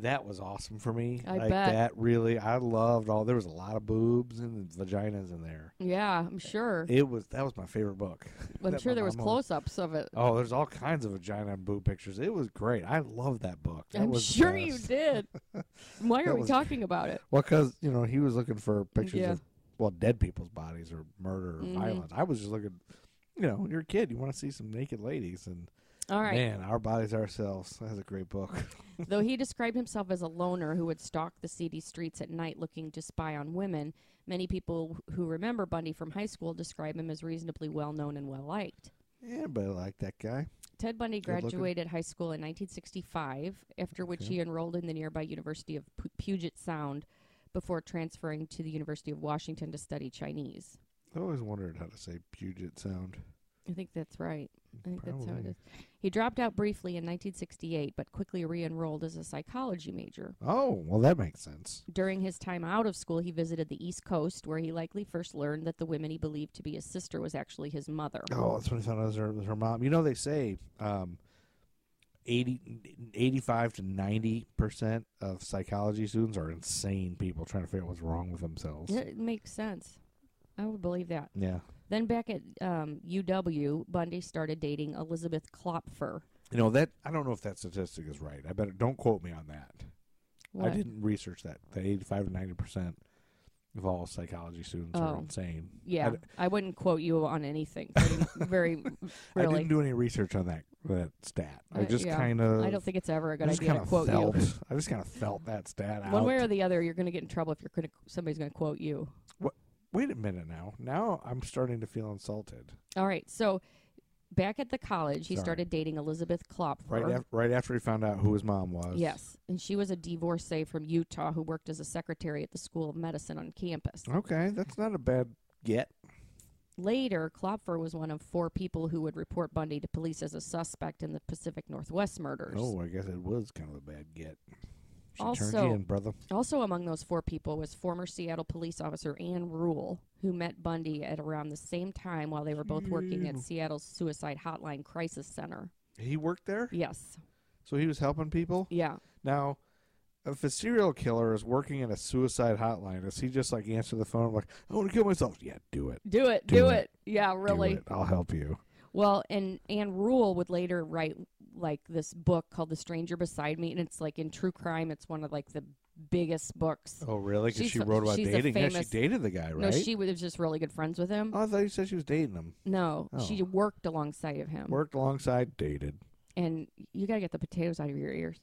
D: That was awesome for me.
C: I
D: like
C: bet.
D: that really, I loved all. There was a lot of boobs and vaginas in there.
C: Yeah, I'm sure.
D: It was that was my favorite book.
C: I'm
D: that
C: sure
D: my
C: there was
D: mom owned.
C: close-ups of it.
D: Oh, there's all kinds of vagina and boob pictures. It was great. I love that book. That
C: I'm
D: was the
C: sure you
D: best.
C: did. Why are
D: That
C: we
D: was-
C: talking about it?
D: Well, because you know he was looking for pictures
C: Yeah.
D: of well dead people's bodies or murder or
C: Mhm.
D: violence. I was just looking. You know, you're a kid. You want to see some naked ladies, and
C: All right.
D: man, our bodies ourselves. That's a great book.
C: Though he described himself as a loner who would stalk the seedy streets at night looking to spy on women, many people wh- who remember Bundy from high school describe him as reasonably well known and well liked.
D: Everybody liked that guy.
C: Ted Bundy
D: Good looking.
C: graduated high school in 1965, after which
D: Okay.
C: he enrolled in the nearby University of Pu- Puget Sound before transferring to the University of Washington to study Chinese.
D: I always wondered how to say Puget Sound.
C: I think that's right. I think that's how it
D: Probably.
C: is. He dropped out briefly in 1968, but quickly re enrolled as a psychology major.
D: Oh, well, that makes sense.
C: During his time out of school, he visited the East Coast, where he likely first learned that the woman he believed to be his sister was actually his mother.
D: Oh, that's when I found out it was her, it was her mom. You know, they say um, 80, 85 to 90% of psychology students are insane people trying to figure out what's wrong with themselves.
C: Yeah, It makes sense. I would believe that.
D: Yeah.
C: Then back at um, UW, Bundy started dating Elizabeth Klopfer.
D: You know, that I don't know if that statistic is right. I better don't quote me on that.
C: What?
D: I didn't research that. That 85 to 90% of all psychology students are
C: Oh.
D: insane.
C: Yeah, I
D: d-
C: d- I wouldn't quote you on anything. pretty- very,
D: I
C: really.
D: didn't do any research on that that stat. I
C: Uh,
D: just
C: yeah.
D: kind of
C: I don't think it's ever a
D: I
C: good
D: just
C: idea to
D: kinda
C: quote you.
D: felt, I just kind of felt that stat out.
C: One way or the other, you're going to get in trouble if you're going to somebody's going to quote you.
D: Wait a minute now. Now I'm starting to feel insulted.
C: All right, so back at the college, he
D: Sorry.
C: started dating Elizabeth Klopfer.
D: Right, af- right after he found out who his mom was.
C: Yes, and she was a divorcee from Utah who worked as a secretary at the School of Medicine on campus.
D: Okay, that's not a bad get.
C: Later, Klopfer was one of four people who would report Bundy to police as a suspect in the Pacific Northwest murders.
D: Oh, I guess it was kind of a bad get. She turned
C: Also-
D: you in, brother.
C: Also among those four people was former Seattle police officer Ann Rule, who met Bundy at around the same time while they were both working at
D: Ew.
C: Seattle's Suicide Hotline Crisis Center.
D: He worked there,
C: Yes.
D: so he was helping people.
C: Yeah.
D: Now, if a serial killer is working in a suicide hotline, is he just like answer the phone like, "I want to kill myself"? Yeah, do it.
C: Do it. Do,
D: Do
C: it.
D: it.
C: Yeah,
D: Do
C: really.
D: it. I'll help you.
C: Well, and Anne Rule would later write like this book called The Stranger Beside Me, and it's like in true crime. It's one of like the biggest books.
D: Oh, really?
C: She's
D: Because she
C: a-
D: wrote about
C: she's a
D: dating. Yeah, she
C: famous-
D: dated the guy, right?
C: No, she was just really good friends with him.
D: Oh, I thought you said she was dating him.
C: no, she
D: Oh.
C: worked alongside of him,
D: Worked alongside, dated.
C: and you gotta get the potatoes out of your ears.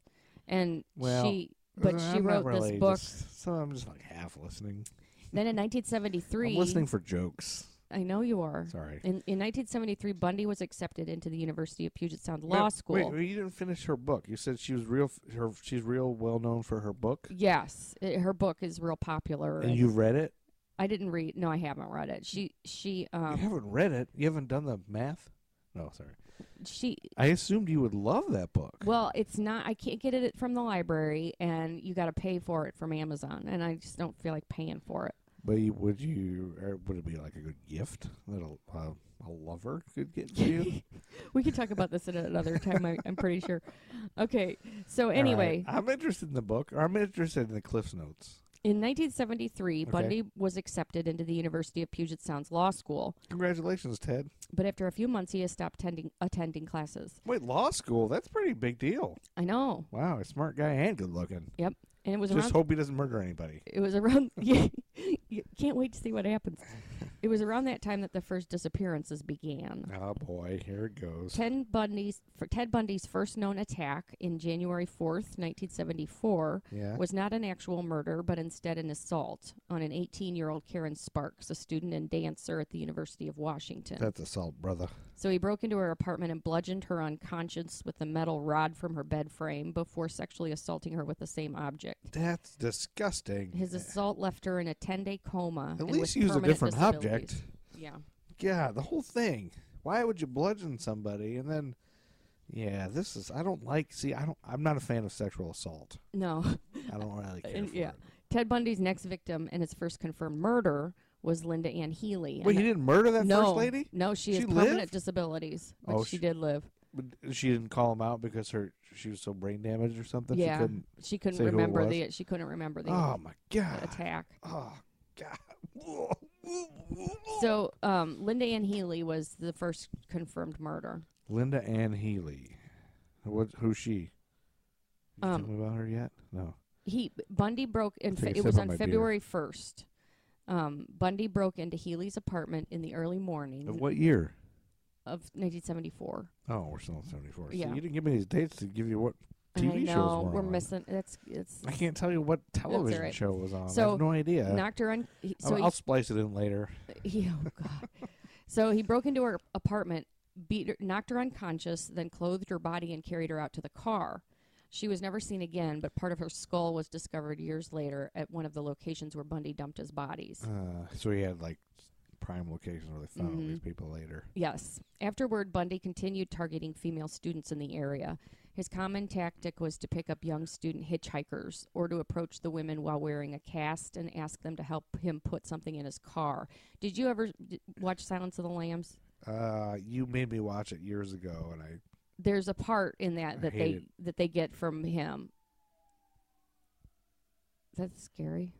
C: And
D: Well,
C: she, but
D: Uh,
C: she
D: I'm not
C: wrote this
D: really,
C: book.
D: just- so I'm just like half listening.
C: Then in
D: I'm
C: 1973,
D: listening for jokes.
C: I know you are.
D: Sorry.
C: In, in 1973, Bundy was accepted into the University of Puget Sound
D: Wait,
C: Law School.
D: Wait, wait, you didn't finish her book. You said she was real. f- Her she's real well known for her book,
C: Yes, it- her book is real popular.
D: and you've read it.
C: I didn't read. No, I haven't read it. She she
D: You
C: um
D: haven't read it. You haven't done the math. No, sorry.
C: she.
D: I assumed you would love that book.
C: Well, it's not. I can't get it from the library, and you got to pay for it from Amazon, and I just don't feel like paying for it.
D: But you- would you? Or would it be like a good gift that a, a, a lover could get you?
C: we could talk about this at another time. I, I'm pretty sure. Okay. So
D: All right.
C: anyway,
D: I'm interested in the book, or I'm interested in the Cliff's Notes.
C: in 1973,
D: Okay.
C: Bundy was accepted into the University of Puget Sound's law school,
D: Congratulations, Ted.
C: but after a few months, he has stopped attending attending classes.
D: Wait, law school? That's pretty big deal.
C: I know.
D: Wow, a smart guy and good looking.
C: Yep. And it was around
D: Just hope he doesn't murder anybody.
C: it was around yeah, you can't wait to see what happens it was around that time that the first disappearances began
D: Oh boy, here it goes.
C: ted bundy's for ted bundy's first known attack in january 4th 1974
D: Yeah.
C: was not an actual murder but instead an assault on an 18 year old karen sparks a student and dancer at the university of washington
D: That's assault, brother.
C: so he broke into her apartment and bludgeoned her unconscious with a metal rod from her bed frame before sexually assaulting her with the same object
D: That's disgusting.
C: his assault left her in a 10 day coma.
D: At
C: and
D: least
C: with
D: use a
C: permanent
D: different
C: disabilities.
D: object.
C: Yeah.
D: Yeah, the whole thing. Why would you bludgeon somebody and then? Yeah, this is. I don't like. See, I don't. I'm not a fan of sexual assault.
C: No.
D: I don't really care.
C: And-
D: for
C: Uh, yeah.
D: it.
C: Ted Bundy's next victim and his first confirmed murder was Linda Ann Healy. and
D: Wait, he
C: that-
D: didn't murder that
C: no,
D: first lady?
C: No, she, has
D: She
C: permanent
D: lived?
C: disabilities, but
D: Oh,
C: she,
D: she-
C: did live.
D: But She didn't call him out because her she was so brain damaged or something.
C: yeah,
D: She couldn't.
C: she couldn't
D: say who it
C: remember
D: was?
C: the she couldn't remember the
D: Oh my god.
C: attack.
D: Oh god.
C: So um, Linda Ann Healy was the first confirmed murder.
D: Linda Ann Healy. What? Who's she? You
C: Um,
D: tell me about her yet? No.
C: he Bundy broke in
D: Take
C: fe-
D: a
C: it
D: sip
C: was
D: of
C: on
D: my beer.
C: February 1st. Um, Bundy broke into Healy's apartment in the early morning
D: Of what year?
C: of 1974.
D: Oh, we're still in '74. See,
C: Yeah.
D: you didn't give me these dates to give you what
C: I
D: TV
C: know
D: shows
C: we're
D: were on.
C: missing that's it's
D: I can't tell you what television
C: right.
D: show was on. I
C: So,
D: have no idea.
C: knocked her on he,
D: I'll,
C: so he,
D: Oh, I'll splice it in later.
C: he- oh god. so he broke into her apartment, beat her, knocked her unconscious, then clothed her body and carried her out to the car. She was never seen again, but part of her skull was discovered years later at one of the locations where Bundy dumped his bodies.
D: Uh, so he had like prime locations where they found all
C: Mm-hmm.
D: these people later.
C: Yes. Afterward, Bundy continued targeting female students in the area. His common tactic was to pick up young student hitchhikers or to approach the women while wearing a cast and ask them to help him put something in his car. Did you ever d- watch Silence of the Lambs?
D: Uh, you made me watch it years ago, and I
C: There's a part in that that
D: hate
C: they
D: it.
C: that they get from him. That's scary.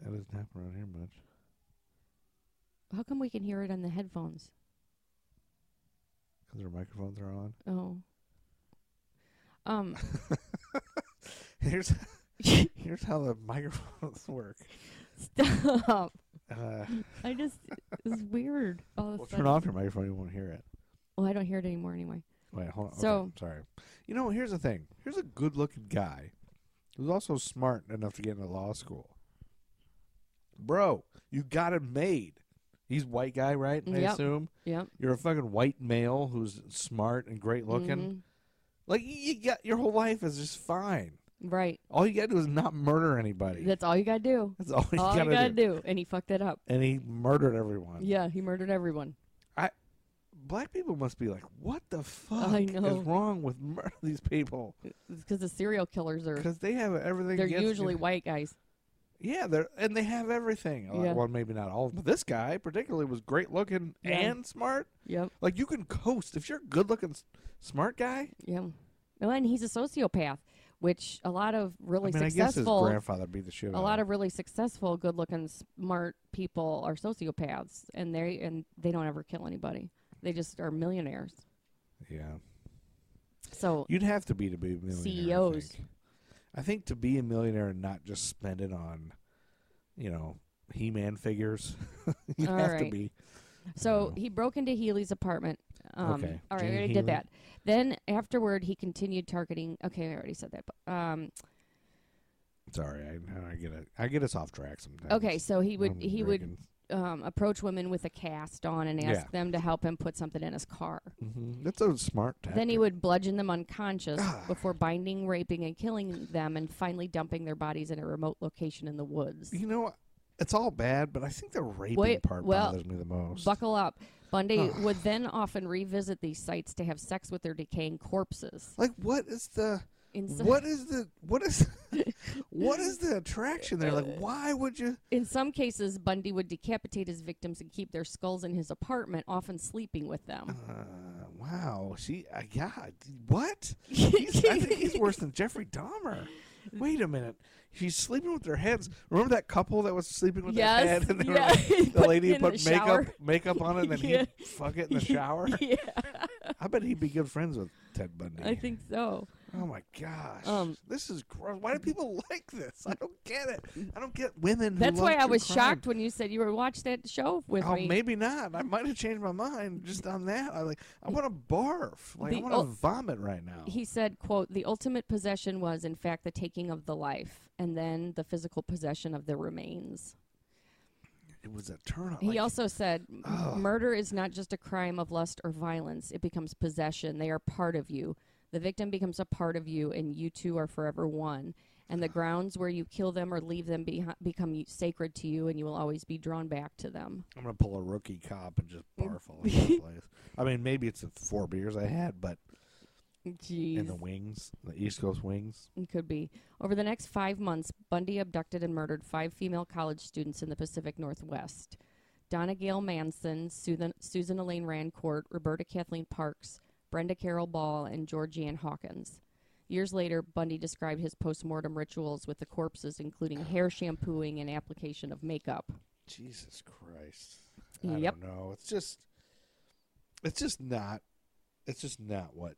D: that doesn't happen around here much.
C: How come we can hear it on the headphones?
D: 'Cause their microphones are on.
C: Oh. Um
D: Here's here's how the microphones work.
C: stop.
D: Uh,
C: I just it's weird. Oh, All of a
D: well,
C: sudden.
D: turn off your microphone; you won't hear it.
C: Well, Oh, I don't hear it anymore anyway.
D: Wait, hold on.
C: So-
D: okay, sorry. You know, here's the thing. Here's a good-looking guy who's also smart enough to get into law school. Bro, you got it made. He's white guy, right? I
C: Yep.
D: assume
C: Yep.
D: you're a fucking white male who's smart and great-looking.
C: Mm-hmm.
D: Like y- you got your whole life is just fine.
C: Mhm. Right.
D: All you got to do is not murder anybody.
C: That's all you gotta do.
D: That's all you
C: all
D: got
C: you gotta
D: to do.
C: do. And he fucked that up.
D: And he murdered everyone.
C: Yeah, he murdered everyone.
D: Black people must be like, what the fuck
C: I know.
D: is wrong with murder these people?
C: Because the serial killers are
D: Because they have everything.
C: they're
D: against-
C: usually white guys.
D: Yeah, they're and they have everything. Like,
C: Yeah.
D: Well, maybe not all, but this guy particularly was great looking
C: Yeah.
D: and smart.
C: Yep.
D: Like you can coast if you're a good looking, smart guy.
C: Yeah. Well, and he's a sociopath, which a lot of really
D: I mean, I guess his
C: successful
D: grandfather beat the shit.
C: a lot of really successful, good looking, smart people are sociopaths and they and they don't ever kill anybody. They just are millionaires.
D: yeah.
C: So
D: You'd have to be to be a millionaire.
C: CEOs.
D: I think. I think to be a millionaire and not just spend it on, you know, He-Man figures. you
C: All
D: have to
C: right.
D: be.
C: So
D: Oh.
C: he broke into Healy's apartment. Um,
D: Okay.
C: All right,
D: Jane
C: I already
D: Healy.
C: did that. Then afterward, he continued targeting. Okay, I already said that. But, um,
D: Sorry, I, I get a I get us off track sometimes.
C: okay, so he would
D: I'm
C: he would
D: drinking.
C: um, approach women with a cast on and ask
D: Yeah.
C: them to help him put something in his car.
D: Mhm. That's a smart. Tactic.
C: Then he would bludgeon them unconscious
D: Ah.
C: before binding, raping, and killing them, and finally dumping their bodies in a remote location in the woods.
D: You know, it's all bad, but I think the raping
C: Wait,
D: part
C: well,
D: bothers me the most.
C: Buckle up. Bundy
D: Ugh.
C: would then often revisit these sites to have sex with their decaying corpses.
D: like, what is the
C: in some
D: What is the what is what is the attraction there? Like, why would you?
C: in some cases, Bundy would decapitate his victims and keep their skulls in his apartment, often sleeping with them.
D: Uh, wow, she, uh, God, what? He's, I think he's worse than Jeffrey Dahmer. Wait a minute, she's sleeping with their heads. Remember that couple that was sleeping with
C: Yes,
D: their head, and they were
C: yeah.
D: like- the
C: Put it
D: lady
C: in the
D: put makeup
C: shower.
D: makeup on it, and then
C: Yeah.
D: he fuck it in the shower.
C: yeah,
D: I bet he'd be good friends with Ted Bundy.
C: I think so.
D: Oh my gosh,
C: Um,
D: this is gross. Why do people like this? I don't get it. I don't get women. Who
C: That's
D: love
C: why I
D: true
C: was
D: crime.
C: shocked when you said you were watch that show with
D: Oh,
C: me.
D: maybe not. I might have changed my mind just on that. I like. I want to barf. Like I
C: The
D: want to
C: ul-
D: vomit right now.
C: He said, "quote The ultimate possession was, in fact, the taking of the life, and then the physical possession of the remains."
D: it was a turn off.
C: He also said, "M- "Murder is not just a crime of lust or violence; it becomes possession. They are part of you. The victim becomes a part of you, and you two are forever one. And the grounds where you kill them or leave them behi- become y- sacred to you, and you will always be drawn back to them."
D: I'm gonna pull a rookie cop and just
C: Mm.
D: barf all over the place. I mean, maybe it's the four beers I had, but
C: Jeez.
D: and the wings, the East Coast wings.
C: It could be. Over the next five months, Bundy abducted and murdered five female college students in the Pacific Northwest Donna Gail Manson, Susan, Susan Elaine Rancourt, Roberta Kathleen Parks, Brenda Carol Ball, and Georgianne Hawkins. Years later, Bundy described his postmortem rituals with the corpses, including hair shampooing and application of makeup.
D: Jesus Christ. I
C: Yep.
D: don't know. It's just. It's just not. It's just not what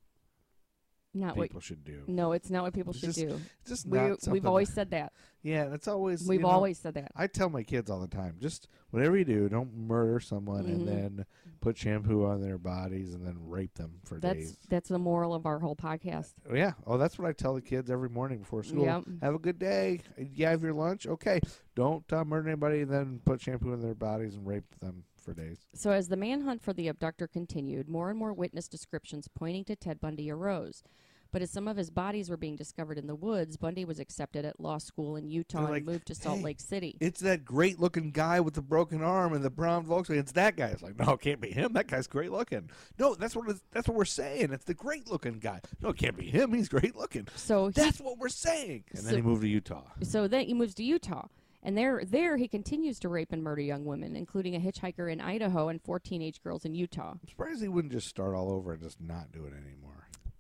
C: Not
D: people
C: what.
D: should do.
C: No, it's not what people
D: It's
C: should
D: just-
C: do.
D: It's just
C: We,
D: not something
C: we've
D: that-
C: always said that.
D: yeah. and It's always you
C: We've
D: know,
C: always said that.
D: I tell my kids all the time, just whatever you do, don't murder someone
C: Mm-hmm.
D: and then put shampoo on their bodies and then rape them for
C: That's
D: days.
C: that's the moral of our whole podcast.
D: Oh, Yeah. Oh, that's what I tell the kids every morning before school.
C: Yep.
D: Have a good day. Uh, You have your lunch. Okay. Don't uh, murder anybody and then put shampoo in their bodies and rape them for days.
C: So, as the manhunt for the abductor continued, more and more witness descriptions pointing to Ted Bundy arose. But as some of his bodies were being discovered in the woods, Bundy was accepted at law school in Utah
D: They're like,
C: and moved to Salt
D: "Hey,
C: Lake City.
D: It's that great looking guy with the broken arm and the brown Volkswagen. It's that guy. It's like, no, it can't be him. That guy's great looking. No, that's what it's, that's what we're saying. It's the great looking guy. No, it can't be him. He's great looking.
C: So, he,
D: That's what we're saying. And then
C: So-
D: he moved to Utah.
C: so then he moves to Utah, and there, there he continues to rape and murder young women, including a hitchhiker in Idaho and four teenage girls in Utah.
D: I'm surprised he wouldn't just start all over and just not do it anymore.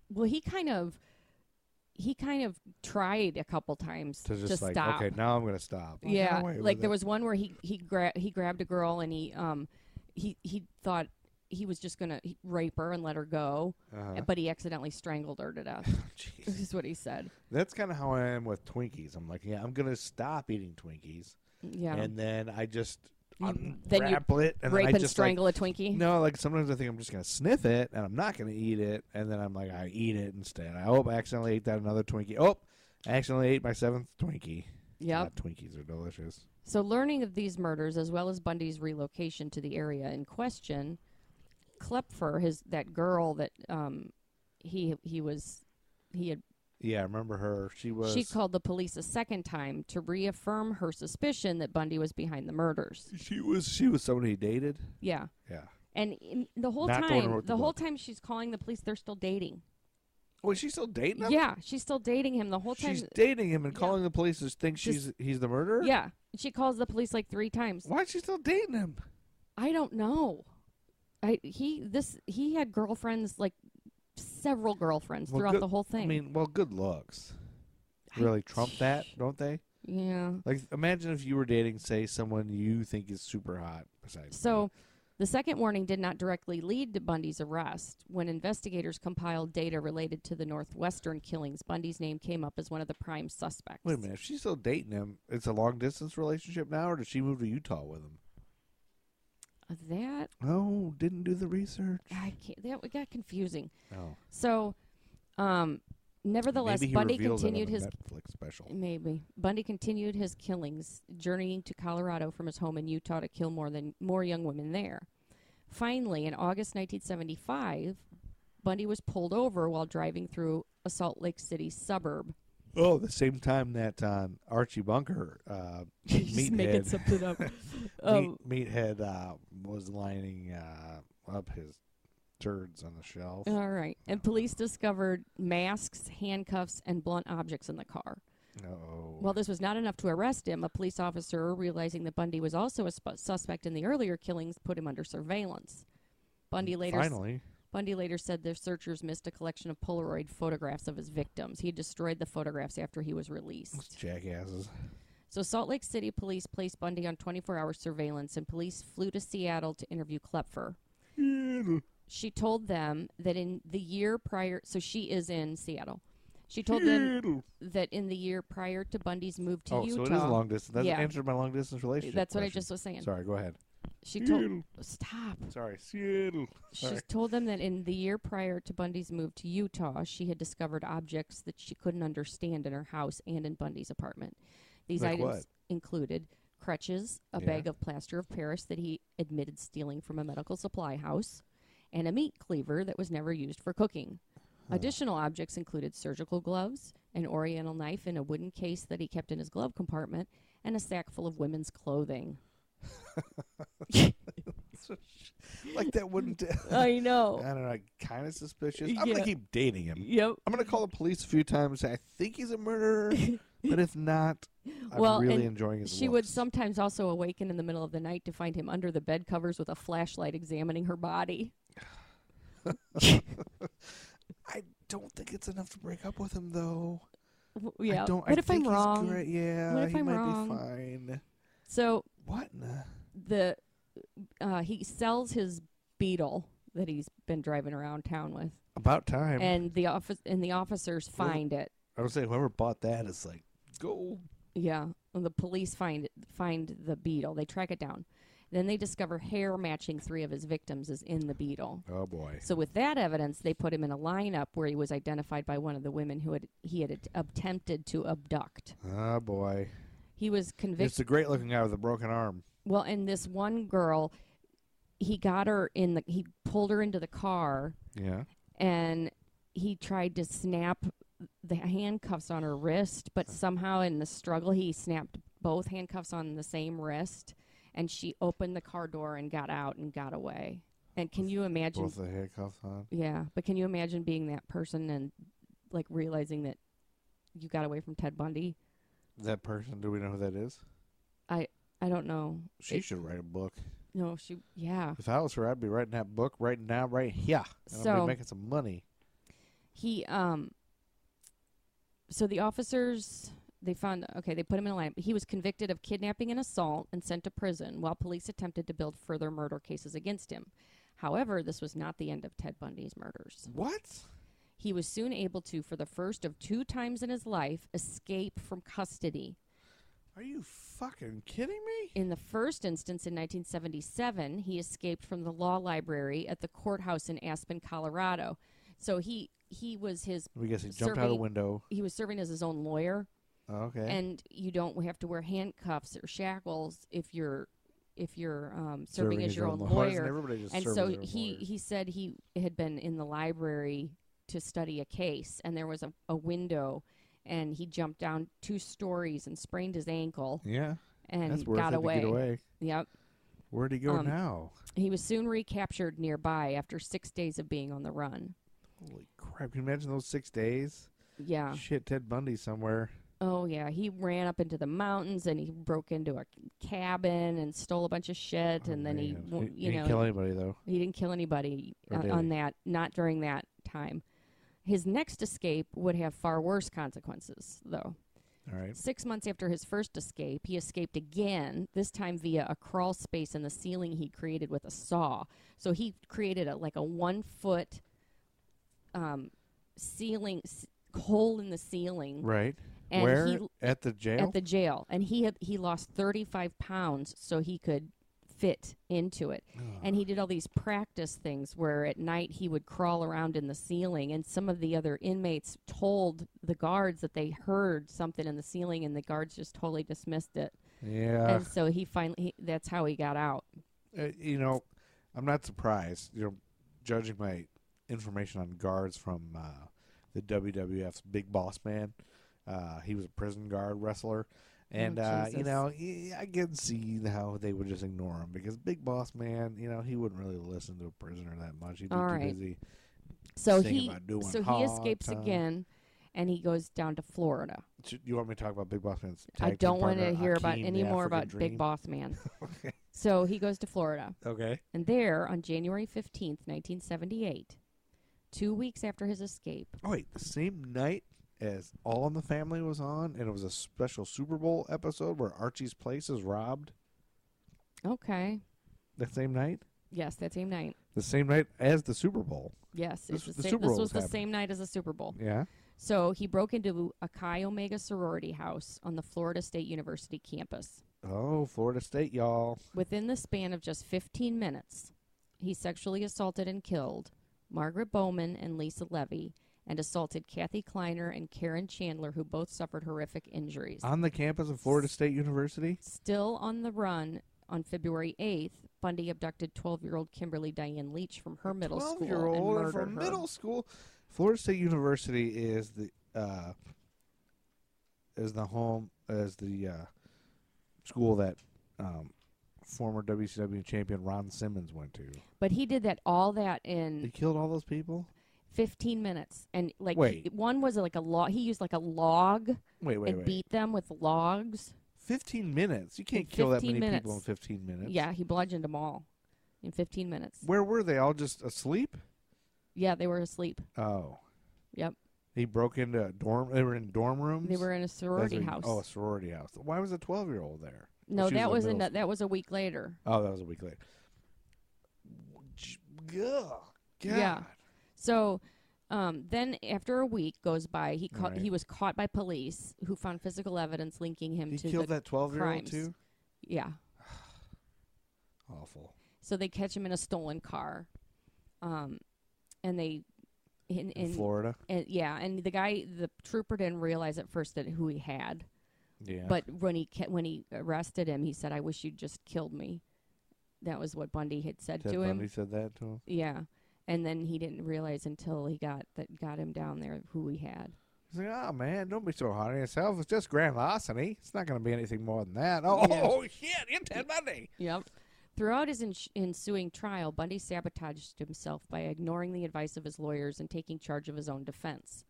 C: Well, he kind of, he kind of tried a couple times
D: To just
C: to
D: like,
C: stop.
D: okay, now I'm going to stop. Like,
C: yeah,
D: no way
C: like
D: with
C: there
D: it.
C: was one where he he gra- he grabbed a girl and he um he he thought he was just gonna he- rape her and let her go,
D: Uh-huh.
C: but he accidentally strangled her to death.
D: Jeez.
C: is what he said.
D: That's kind of how I am with Twinkies. I'm like, yeah, I'm going to stop eating Twinkies,
C: Yeah,
D: and then I just
C: You- then you
D: unwrap it and
C: rape
D: then I
C: and
D: just
C: strangle
D: like,
C: a Twinkie.
D: No, like sometimes I think I'm just gonna sniff it and I'm not gonna eat it, and then I'm like, I eat it instead. I hope I accidentally ate that another Twinkie. Oh, I accidentally ate my seventh Twinkie.
C: Yep.
D: God, Twinkies are delicious.
C: So learning of these murders as well as Bundy's relocation to the area in question, Klepfer, his that girl that um he he was he had
D: Yeah, I remember her. She was.
C: she called the police a second time to reaffirm her suspicion that Bundy was behind the murders.
D: she was. She was someone he dated.
C: Yeah.
D: Yeah.
C: And in, the whole
D: Not the one who
C: time, the,
D: wrote the
C: whole
D: book.
C: time she's calling the police, they're still dating.
D: Was she still dating him?
C: Yeah, she's still dating him the whole time.
D: She's dating him and calling the police to think
C: Just-
D: she's he's the murderer.
C: yeah, she calls the police like three times.
D: Why is she still dating him?
C: I don't know. I he this he had girlfriends like several girlfriends
D: Well,
C: throughout
D: good-
C: the whole thing.
D: I mean, well, good looks really trump that, don't they?
C: yeah.
D: Like, imagine if you were dating, say, someone you think is super hot. Besides,
C: So the second warning did not directly lead to Bundy's arrest. When investigators compiled data related to the Northwestern killings, Bundy's name came up as one of the prime suspects.
D: Wait a minute. If she's still dating him, it's a long distance relationship now, or did she move to Utah with him?
C: That
D: Oh, didn't do the research.
C: I can't, that got confusing.
D: Oh,
C: So, um, nevertheless,
D: Maybe he
C: Bundy
D: reveals that on
C: continued
D: the
C: his
D: Netflix special.
C: maybe Bundy continued his killings, journeying to Colorado from his home in Utah to kill more than more young women there. Finally, in August 1975, Bundy was pulled over while driving through a Salt Lake City suburb.
D: Oh, the same time that um, Archie Bunker, uh,
C: Just making
D: meathead,
C: something up. Oh, Um,
D: meat, meathead uh, was lining uh, up his turds on the shelf.
C: All right. And police discovered masks, handcuffs, and blunt objects in the car.
D: Uh-oh.
C: While this was not enough to arrest him, a police officer, realizing that Bundy was also a sp- suspect in the earlier killings, put him under surveillance. Bundy later s-
D: Mm, Finally.
C: Bundy later said the searchers missed a collection of Polaroid photographs of his victims. He destroyed the photographs after he was
D: Those
C: released.
D: Jackasses.
C: So Salt Lake City police placed Bundy on 24-hour surveillance, and police flew to Seattle to interview Klepfer. She told them that in the year prior, so she is in Seattle. She told them that in the year prior to Bundy's move to
D: oh,
C: Utah,
D: so it is a long distance. That
C: Yeah.
D: answered my long distance relationship.
C: that's what I
D: question.
C: just was saying.
D: Sorry, go ahead.
C: She told stop.
D: Sorry, Seattle. Sorry.
C: She's told them that in the year prior to Bundy's move to Utah, she had discovered objects that she couldn't understand in her house and in Bundy's apartment. These
D: Like
C: items
D: what?
C: included crutches, a
D: Yeah.
C: bag of plaster of Paris that he admitted stealing from a medical supply house, and a meat cleaver that was never used for cooking. Additional objects included surgical gloves, an oriental knife in a wooden case that he kept in his glove compartment, and a sack full of women's clothing.
D: like that wouldn't. I
C: I know.
D: don't know. Kind of suspicious. I'm
C: Yeah.
D: gonna keep dating him.
C: Yep.
D: I'm gonna call the police a few times. and say, I think he's a murderer, but if not, I'm
C: Well, and
D: really enjoying his.
C: She would
D: looks.
C: sometimes also awaken in the middle of the night to find him under the bed covers with a flashlight examining her body.
D: I don't think it's enough to break up with him, though.
C: W-
D: I
C: Yeah.
D: don't- I
C: what if I'm
D: think he's
C: wrong?
D: great. Yeah,
C: What if
D: he
C: I'm
D: might
C: wrong?
D: be fine.
C: So
D: What? in the-
C: the uh, he sells his Beetle that he's been driving around town with,
D: About time.
C: and the office and the officers
D: Well-
C: find it.
D: I would say whoever bought that is like gold.
C: Yeah, and the police find find the Beetle. They track it down. Then they discover hair matching three of his victims is in the Beetle.
D: Oh boy.
C: So with that evidence, they put him in a lineup where he was identified by one of the women who had he had at- attempted to abduct.
D: Oh boy.
C: He was
D: It's
C: convicted.
D: the great looking guy with a broken arm.
C: well, and this one girl, he got her in the he pulled her into the car
D: Yeah.
C: and he tried to snap the handcuffs on her wrist, but somehow in the struggle he snapped both handcuffs on the same wrist and she opened the car door and got out and got away. And can you imagine
D: Both the handcuffs on.
C: Yeah, but can you imagine being that person and like realizing that you got away from Ted Bundy?
D: That person. Do we know who that is?
C: I don't know.
D: She
C: It-
D: should write a book.
C: No, she. Yeah.
D: If I was her, I'd be writing that book right now, right here. And I'd
C: So-
D: be making some money.
C: He um. So the officers they found okay they put him in a line. He was convicted of kidnapping and assault and sent to prison while police attempted to build further murder cases against him. However, this was not the end of Ted Bundy's murders.
D: What?
C: He was soon able to, for the first of two times in his life, escape from custody.
D: Are you fucking kidding me?
C: In the first instance in 1977, he escaped from the law library at the courthouse in Aspen, Colorado. So he he was his
D: We guess he jumped out a
C: Serving-
D: window.
C: he was serving as his own lawyer
D: Okay.
C: and you don't have to wear handcuffs or shackles if you're if you're um, serving, as
D: his
C: your own
D: law- Why doesn't
C: lawyer.
D: everybody just
C: And
D: serve as
C: so
D: their own
C: he
D: lawyer?
C: he said he had been in the library to study a case and there was a, a window and he jumped down two stories and sprained his ankle
D: Yeah.
C: and
D: That's worth
C: got
D: it to get away.
C: Yep.
D: Where'd he go
C: Um,
D: now?
C: He was soon recaptured nearby after six days of being on the run.
D: Holy crap! Can you imagine those six days?
C: Yeah.
D: Shit, Ted Bundy somewhere.
C: Oh, yeah. He ran up into the mountains and he broke into a cabin and stole a bunch of shit.
D: Oh,
C: and then he,
D: man.
C: w- you
D: he
C: know,
D: didn't kill anybody though.
C: he didn't kill anybody
D: Or
C: uh,
D: did
C: on
D: he?
C: that, not during that time. His next escape would have far worse consequences, though.
D: All right.
C: Six months after his first escape, he escaped again, this time via a crawl space in the ceiling he created with a saw. So he created a, like a one foot um, ceiling s- hole in the ceiling
D: Right.
C: And
D: Where
C: he-
D: at the jail?
C: at the jail. And he had, he lost 35 pounds so he could fit into it. And he did all these practice things where at night he would crawl around in the ceiling. And some of the other inmates told the guards that they heard something in the ceiling, and the guards just totally dismissed it.
D: yeah.
C: and so he finally, he, that's how he got out.
D: Uh, you know, I'm not surprised. You know, judging my information on guards from uh, the WWF's Big Boss Man, uh, he was a prison guard wrestler, And uh, you
C: Oh, Jesus.
D: know, y- I can see how they would just ignore him because Big Boss Man, you know, he wouldn't really listen to a prisoner that much. He'd be
C: All
D: too
C: right.
D: busy.
C: So
D: Sing
C: he
D: about doing
C: so he
D: hard
C: escapes
D: time.
C: again, and he goes down to Florida.
D: Should- You want me to talk about Big Boss Man's? tag
C: I
D: team
C: don't want to
D: partner,
C: hear about
D: Akeem,
C: any
D: the
C: more
D: African
C: about Big
D: Dream?
C: Boss Man.
D: Okay.
C: so he goes to Florida,
D: okay.
C: and there on January fifteenth, nineteen seventy-eight, two weeks after his escape,
D: Oh wait, the same night as All in the Family was on, and it was a special Super Bowl episode where Archie's place is robbed.
C: okay,
D: That same night,
C: yes, that same night,
D: the same night as the Super Bowl.
C: yes,
D: This
C: it's
D: was
C: the
D: the
C: same,
D: Super
C: this
D: Bowl
C: was
D: was
C: the
D: happening.
C: same night as the Super Bowl.
D: Yeah.
C: So he broke into a Chi Omega sorority house on the Florida State University campus.
D: Oh, Florida State, y'all.
C: Within the span of just 15 minutes, he sexually assaulted and killed Margaret Bowman and Lisa Levy and assaulted Kathy Kleiner and Karen Chandler, who both suffered horrific injuries.
D: On the campus of Florida State University.
C: Still on the run on February 8th, Bundy abducted 12 year old Kimberly Diane Leach from her middle school.
D: year old
C: and murdered
D: from
C: her.
D: middle school. Florida State University is the uh, is the home is the uh, school that um, former WCW champion Ron Simmons went to.
C: But he did that all that
D: He
C: in
D: killed all those people.
C: 15 minutes. And like,
D: Wait.
C: he- one was like a log, he used like a log
D: Wait, wait,
C: and
D: wait.
C: beat them with logs.
D: Fifteen minutes. You can't kill that
C: 15
D: many
C: minutes.
D: people in fifteen minutes.
C: Yeah, he bludgeoned them all in 15 minutes.
D: Where were they? All just asleep?
C: Yeah, they were asleep.
D: Oh.
C: Yep.
D: He broke into a dorm. They were in dorm rooms.
C: They were in a
D: That's
C: sorority
D: what you-
C: house.
D: Oh, a sorority house. Why was a twelve-year-old there?
C: no,
D: she
C: that
D: was
C: was
D: in
C: in
D: middle
C: that, that was a week later.
D: Oh, that was a week later. J- Ugh,
C: Yeah.
D: God.
C: So um, then after a week goes by, he caught
D: Right.
C: he was caught by police who found physical evidence linking him
D: He
C: to
D: killed
C: the,
D: that twelve-year-old
C: crimes.
D: too.
C: yeah.
D: Awful.
C: So they catch him in a stolen car. Um and they
D: In,
C: in, in,
D: Florida.
C: and yeah, and the guy the trooper didn't realize at first that who he had.
D: Yeah.
C: But when he ca- when he arrested him, he said, "I wish you'd just killed me." That was what Bundy had said
D: Ted
C: to him.
D: Bundy said that to him.
C: Yeah, and then he didn't realize until he got that got him down there who he had.
D: He's like, "Oh man, don't be so hard on yourself. It's just grand larceny. It's not going to be anything more than that." Oh,
C: Yeah.
D: oh shit! You're Ted Bundy.
C: Yep. Throughout his ens- ensuing trial, Bundy sabotaged himself by ignoring the advice of his lawyers and taking charge of his own defense.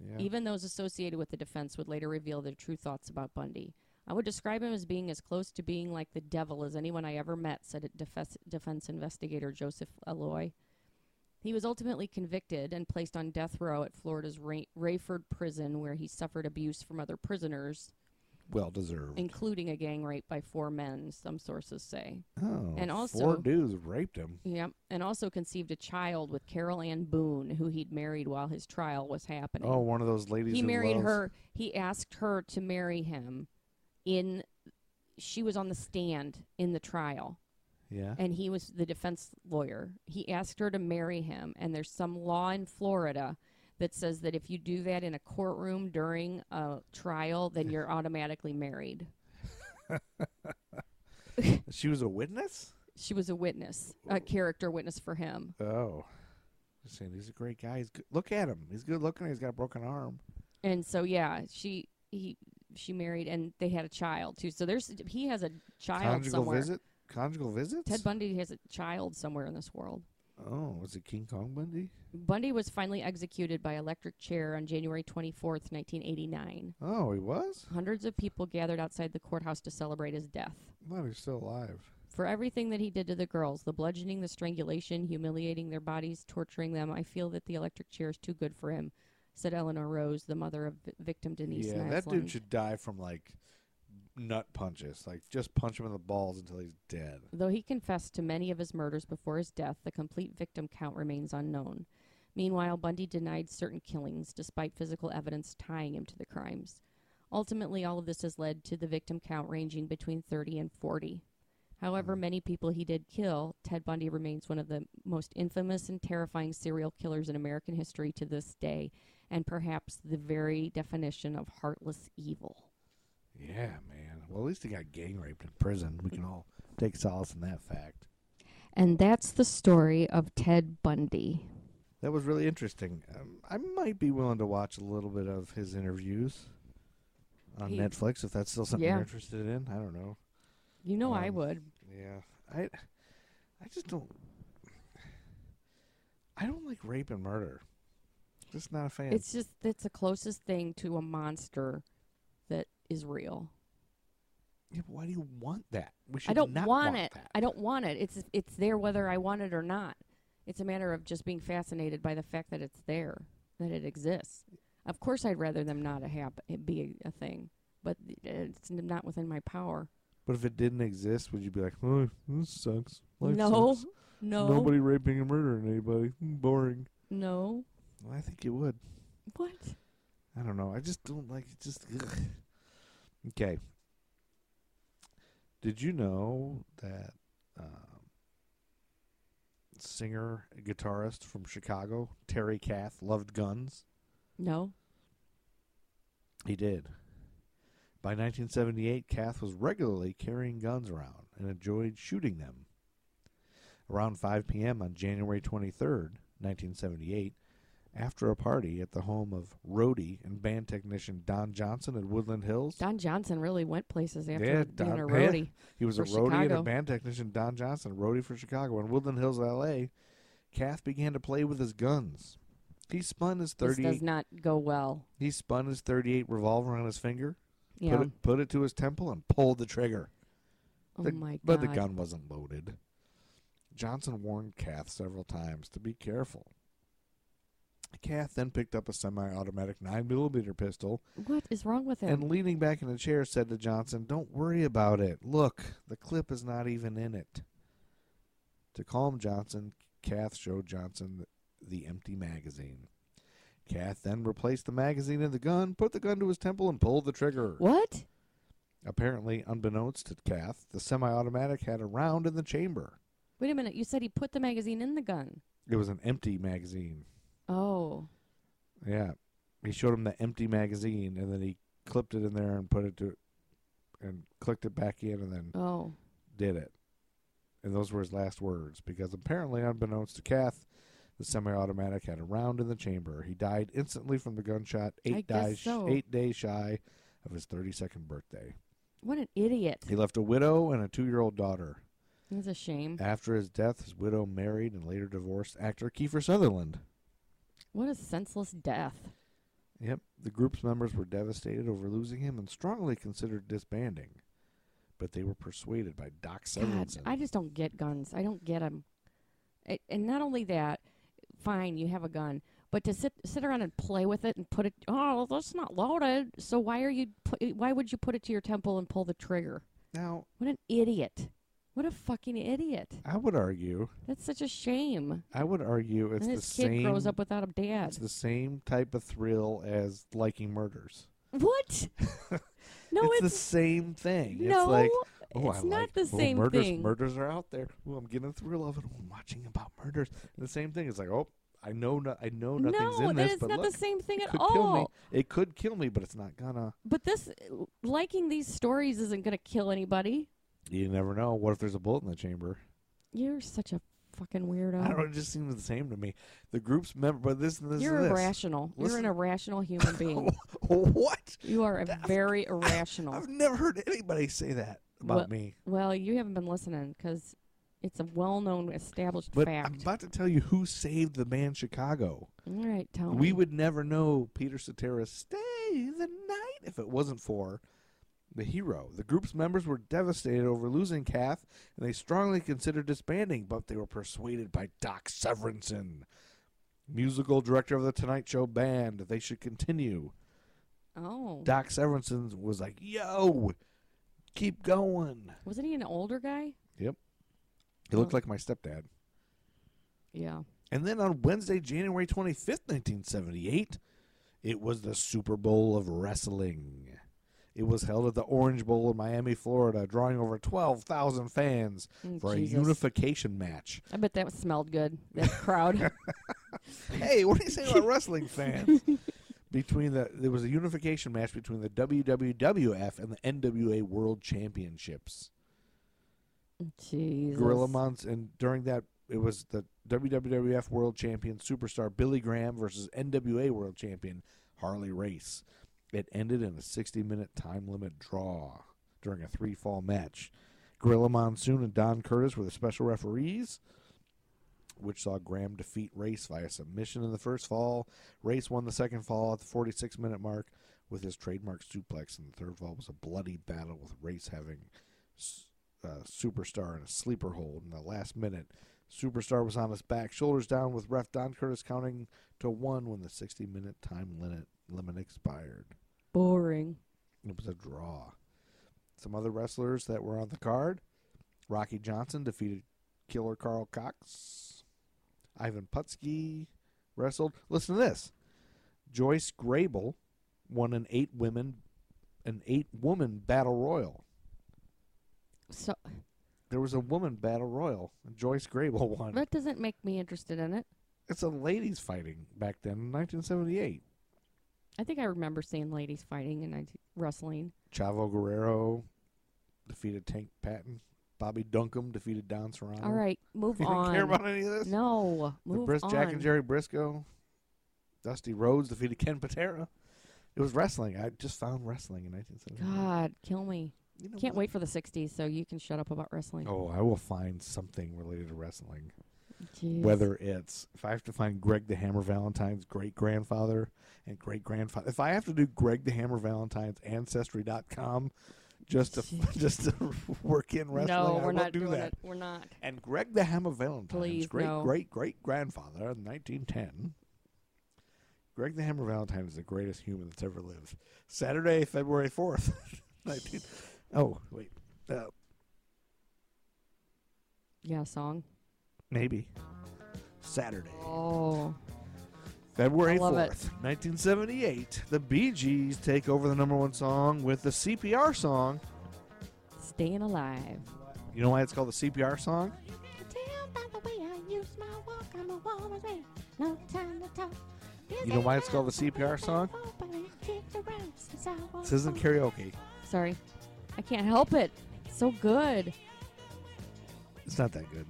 D: Yeah.
C: Even those associated with the defense would later reveal their true thoughts about Bundy. I would describe him as being as close to being like the devil as anyone I ever met, said defense, defense investigator Joseph Alloy. He was ultimately convicted and placed on death row at Florida's Ra- Rayford prison, where he suffered abuse from other prisoners,
D: well deserved.
C: including a gang rape by four men, some sources say.
D: oh,
C: and
D: four
C: also-
D: dudes raped him.
C: Yep. And also conceived a child with Carol Ann Boone, who he'd married while his trial was happening.
D: Oh, one of those ladies.
C: he
D: who
C: married
D: loves-
C: her he asked her to marry him in she was on the stand in the trial
D: Yeah.
C: and he was the defense lawyer he asked her to marry him and there's some law in florida that says that if you do that in a courtroom during a trial then you're automatically married
D: She was a witness.
C: she was a witness a character witness for him
D: Oh. Just saying, he's a great guy. He's good. Look at him. He's good looking. He's got a broken arm.
C: and so yeah she he she married and they had a child too so there's he has a child
D: Conjugal
C: somewhere
D: visit. Conjugal visits.
C: ted bundy has a child somewhere in this world
D: Oh, was it King Kong Bundy?
C: Bundy was finally executed by electric chair on January 24th, 1989.
D: Oh, he was.
C: Hundreds of people gathered outside the courthouse to celebrate his death.
D: I thought he's still alive.
C: For everything that he did to the girls the bludgeoning, the strangulation, humiliating their bodies, torturing them I feel that the electric chair is too good for him, said Eleanor Rose, the mother of vi- victim Denise
D: yeah, that
C: Maslin.
D: dude should die from like nut punches. Like just punch him in the balls until he's dead.
C: Though he confessed to many of his murders before his death, the complete victim count remains unknown. Meanwhile, Bundy denied certain killings, despite physical evidence tying him to the crimes. Ultimately, all of this has led to the victim count ranging between 30 and 40. However, many people he did kill, Ted Bundy remains one of the most infamous and terrifying serial killers in American history to this day, and perhaps the very definition of heartless evil.
D: Yeah, man. Well, at least he got gang raped in prison. We can all take solace in that fact.
C: And that's the story of Ted Bundy.
D: That was really interesting. Um, I might be willing to watch a little bit of his interviews. on
C: He-
D: Netflix if that's still something
C: Yeah.
D: you're interested in. I don't know.
C: You know I
D: Um,
C: would.
D: Yeah, I, I just don't. I don't like rape and murder. Just not a fan.
C: It's just that's the closest thing to a monster that is real.
D: yeah, but why do you want that? We should
C: I don't
D: not
C: want it.
D: that.
C: I don't want it. It's it's there whether I want it or not. It's a matter of just being fascinated by the fact that it's there, that it exists. Of course, I'd rather them not hap- it be a, a thing, but it's n- not within my power.
D: But if it didn't exist, would you be like, oh, this sucks? Life
C: no,
D: sucks.
C: no,
D: Nobody raping and murdering anybody. Hmm, Boring.
C: no.
D: Well, I think you would.
C: What?
D: I don't know. I just don't like it. Just ugh. okay. Did you know that um, singer guitarist from Chicago Terry Kath loved guns?
C: No.
D: He did. By 1978, Kath was regularly carrying guns around and enjoyed shooting them. Around 5 p.m. on January 23rd, 1978, after a party at the home of roadie and band technician Don Johnson in Woodland Hills,
C: Don Johnson really went places after
D: Yeah,
C: being
D: Don-
C: a
D: yeah.
C: roadie.
D: He was a
C: for
D: roadie and a
C: Chicago.
D: band technician, Don Johnson, roadie for Chicago. In Woodland Hills, L.A., Kath began to play with his guns. He spun his
C: This does
D: 38.
C: not go well.
D: He spun his 38 revolver on his finger,
C: Yeah.
D: put it put it to his temple, and pulled the trigger.
C: oh
D: The-
C: my god.
D: But the gun wasn't loaded. Johnson warned Kath several times to be careful. Kath then picked up a semi-automatic 9mm pistol
C: What is wrong with him?
D: and leaning back in the chair said to Johnson, Don't worry about it. Look, the clip is not even in it. To calm Johnson, Kath showed Johnson the empty magazine. Kath then replaced the magazine in the gun, put the gun to his temple, and pulled the trigger.
C: what?
D: Apparently, unbeknownst to Kath, the semi automatic had a round in the chamber.
C: Wait a minute. You said he put the magazine in the gun.
D: It was an empty magazine.
C: Oh.
D: Yeah. He showed him the empty magazine, and then he clipped it in there and put it to. and clicked it back in, and then
C: Oh.
D: did it. And those were his last words, because apparently, unbeknownst to Kath, the semi-automatic had a round in the chamber. He died instantly from the gunshot,
C: I
D: eight,
C: guess
D: days,
C: so.
D: eight days shy of his 32nd birthday.
C: What an idiot.
D: He left a widow and a two-year-old daughter.
C: That's a shame.
D: After his death, his widow married and later divorced actor Kiefer Sutherland.
C: What a senseless death.
D: Yep, the group's members were devastated over losing him and strongly considered disbanding, but they were persuaded by Doc
C: God,
D: Severinsen.
C: I just don't get guns. I don't get them. and not only that, fine, you have a gun, but to sit sit around and play with it and put it. Oh, that's not loaded. So why are you? Pu- why would you put it to your temple and pull the trigger?
D: now,
C: What an idiot. What a fucking idiot.
D: I would argue,
C: That's such a shame.
D: I would argue, it's
C: and
D: the
C: this kid
D: same.
C: grows up without a dad.
D: It's the same type of thrill as liking murders.
C: What? no,
D: it's, the
C: it's,
D: same thing.
C: no.
D: it's like, oh,
C: it's
D: I
C: not
D: like,
C: the
D: oh,
C: same
D: murders,
C: thing.
D: Murders are out there. Oh, I'm getting a thrill of it. Oh, I'm watching about murders. And the same thing. It's like, oh, I know, no, I know "Oh, nothing's
C: no,
D: in
C: that
D: this,
C: is
D: but
C: not
D: look,
C: the same thing
D: it
C: at
D: could
C: all.
D: kill me. It could kill me, but it's not gonna.
C: But this liking these stories isn't going to kill anybody.
D: You never know. What if there's a bullet in the chamber?
C: You're such a fucking
D: I don't know.
C: weirdo.
D: It just seems the same to me. The group's member, but this, this,
C: You're
D: this.
C: irrational. You're
D: Listen-
C: an irrational human being.
D: what?
C: you are a
D: That-
C: very irrational.
D: I've never heard anybody say that about
C: Well,
D: me.
C: well, you haven't been listening because it's a well-known, established
D: But I'm
C: fact.
D: about to tell you who saved the man Chicago.
C: all right, tell me.
D: We would never know Peter Cetera stay the night if it wasn't for the hero. The group's members were devastated over losing Kath, and they strongly considered disbanding, but they were persuaded by Doc Severinsen, musical director of the Tonight Show band, that they should continue.
C: Oh,
D: Doc Severinsen was like, "Yo, keep going."
C: wasn't he an older guy?
D: He looked
C: Oh.
D: like my stepdad.
C: Yeah.
D: And then on Wednesday, January 25th, 1978, it was the Super Bowl of Wrestling. It was held at the Orange Bowl in Miami, Florida, drawing over 12,000 fans
C: Mm,
D: for
C: Jesus.
D: a unification match.
C: I bet that smelled good. That crowd.
D: Hey, what do you say about wrestling fans? Between the there was a unification match between the WWWF and the NWA World Championships.
C: Jesus.
D: Gorilla Months, and during that it was the WWF World Champion Superstar Billy Graham versus NWA World Champion Harley Race. It ended in a 60 minute time limit draw during a three fall match. Gorilla Monsoon and Don Curtis were the special referees, which saw Graham defeat Race via submission in the first fall. Race won the second fall at the 46 minute mark with his trademark suplex, and the third fall was a bloody battle with Race having s- uh, Superstar in a sleeper hold in the last minute. Superstar was on his back, shoulders down, with ref Don Curtis counting to one when the 60 minute time limit, limit expired.
C: Boring.
D: It was a draw. Some other wrestlers that were on the card Rocky Johnson defeated Killer Carl Cox. Ivan Putski wrestled. Listen to this Joyce Grable won an eight women an eight woman battle royal.
C: So
D: There was a woman battle royal. And Joyce Grable won.
C: that doesn't make me interested in it.
D: It's a ladies fighting back then in 1978.
C: I think I remember seeing ladies fighting and I wrestling.
D: Chavo Guerrero defeated Tank Patton. Bobby Duncombe defeated Don Serrano.
C: All right, move
D: Oh. You
C: on.
D: don't care about any of this?
C: no,
D: The
C: move
D: Bris-
C: on.
D: Jack and Jerry Briscoe. Dusty Rhodes defeated Ken Patera. It was wrestling. I just found wrestling in 1978.
C: God, kill me.
D: You know
C: Can't
D: what?
C: wait for the 60s so you can shut up about wrestling.
D: Oh, I will find something related to wrestling.
C: Jeez.
D: Whether it's if I have to find Greg the Hammer Valentine's great grandfather and great grandfather, if I have to do Greg the Hammer Valentine's ancestry.com just to just to work in wrestling, I
C: no, we're
D: will
C: not
D: do
C: doing
D: that.
C: it. We're not.
D: And Greg the Hammer Valentine's
C: Please,
D: great
C: no.
D: great great grandfather in 1910. Greg the Hammer Valentine is the greatest human that's ever lived. Saturday, February 4th. 19 oh, wait. Uh,
C: Yeah, song.
D: maybe. Saturday,
C: Oh,
D: February
C: I love
D: 4th,
C: it.
D: 1978. The Bee Gees take over the number one song with the CPR song.
C: staying alive.
D: You know why it's called the CPR song? You know why it's called the CPR song? This isn't karaoke.
C: Sorry, I can't help it. So good.
D: It's not that good.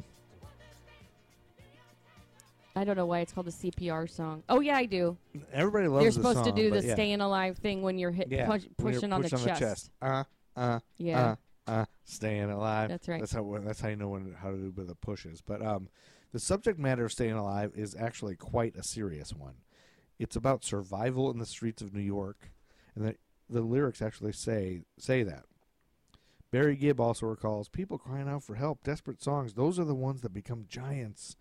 C: I don't know why it's called the CPR song. Oh yeah, I do.
D: Everybody loves
C: you're
D: this
C: supposed
D: song,
C: to do
D: but
C: the
D: yeah.
C: staying alive thing when you're hit
D: Yeah,
C: push,
D: when you're
C: pushing on, the,
D: pushed
C: chest.
D: Uh, uh,
C: Yeah.
D: uh, uh, staying alive.
C: That's right.
D: That's how that's how you know when how to do with the pushes. But um, the subject matter of staying alive is actually quite a serious one. It's about survival in the streets of New York, and the the lyrics actually say say that. Barry Gibb also recalls people crying out for help, desperate songs. Those are the ones that become giants.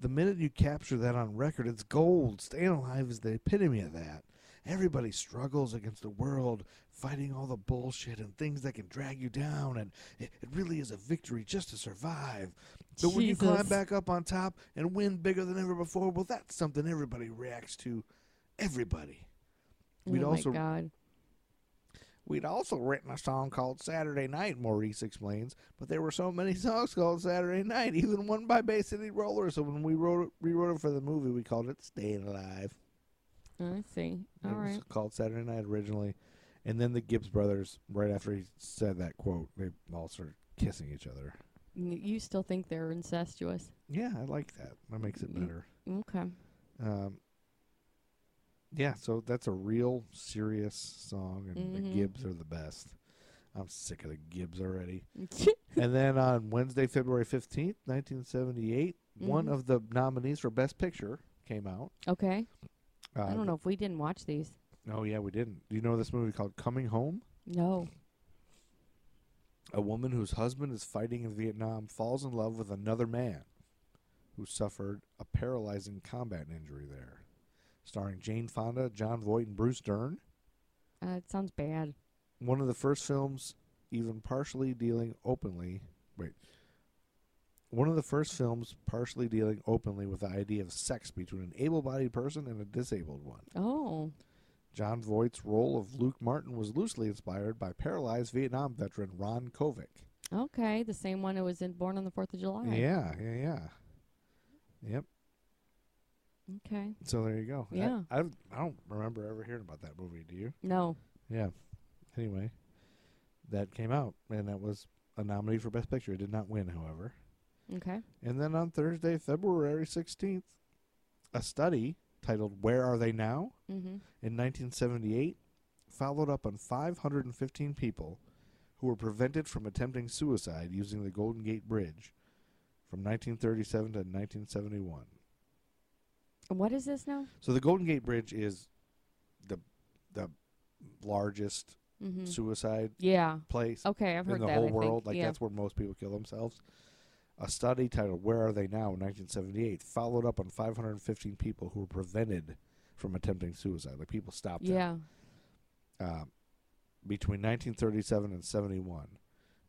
D: The minute you capture that on record, it's gold. Staying alive is the epitome of that. Everybody struggles against the world, fighting all the bullshit and things that can drag you down, and it, it really is a victory just to survive. But when you climb
C: Jesus.
D: back up on top and win bigger than ever before, well, that's something everybody reacts to. Everybody. We'd
C: oh
D: also
C: my God.
D: We'd also written a song called Saturday Night, Maurice explains, but there were so many songs called Saturday Night, even one by Bay City Rollers. So when we wrote it, rewrote it for the movie, we called it Staying Alive.
C: Oh, I see. All
D: it was
C: right.
D: called Saturday Night originally. And then the Gibbs brothers, right after he said that quote, they all started kissing each other.
C: N- You still think they're incestuous?
D: Yeah, I like that. That makes it
C: Mm.
D: better.
C: Okay.
D: Mm-hmm. Um, yeah, so that's a real serious song, and the
C: Mhm.
D: Gibbs are the best. I'm sick of the Gibbs already. and then on Wednesday, February 15th, 1978, one
C: Mhm.
D: of the nominees for Best Picture came out.
C: okay.
D: Uh,
C: I don't know if we didn't watch these.
D: No, yeah, we didn't. Do you know this movie called Coming Home?
C: No.
D: A woman whose husband is fighting in Vietnam falls in love with another man who suffered a paralyzing combat injury there. Starring Jane Fonda, John Voight, and Bruce Dern.
C: Uh, it sounds bad.
D: one of the first films even partially dealing openly wait one of the first films partially dealing openly with the idea of sex between an able-bodied person and a disabled one
C: Oh.
D: john voight's role of luke martin was loosely inspired by paralyzed vietnam veteran ron kovic
C: Okay. The same one who was in Born on the Fourth of July.
D: yeah yeah yeah yep
C: Okay.
D: so there you go I-
C: Yeah.
D: I, I don't remember ever hearing about that movie do you
C: No.
D: yeah anyway that came out and that was a nominee for best picture it did not win however
C: Okay.
D: And then on Thursday, February 16th, a study titled Where Are They Now?
C: Mm-hmm.
D: in 1978 followed up on 515 people who were prevented from attempting suicide using the Golden Gate Bridge from 1937 to 1971.
C: What is this now?
D: So the Golden Gate Bridge is the the largest
C: Mm-hmm.
D: suicide
C: yeah.
D: place
C: Okay, I've heard
D: in the
C: that.
D: whole
C: I
D: world.
C: think.
D: Like
C: yeah.
D: that's where most people kill themselves. A study titled "Where Are They Now?" in 1978 followed up on 515 people who were prevented from attempting suicide. Like people stopped. them,
C: yeah.
D: uh, between 1937 and 71.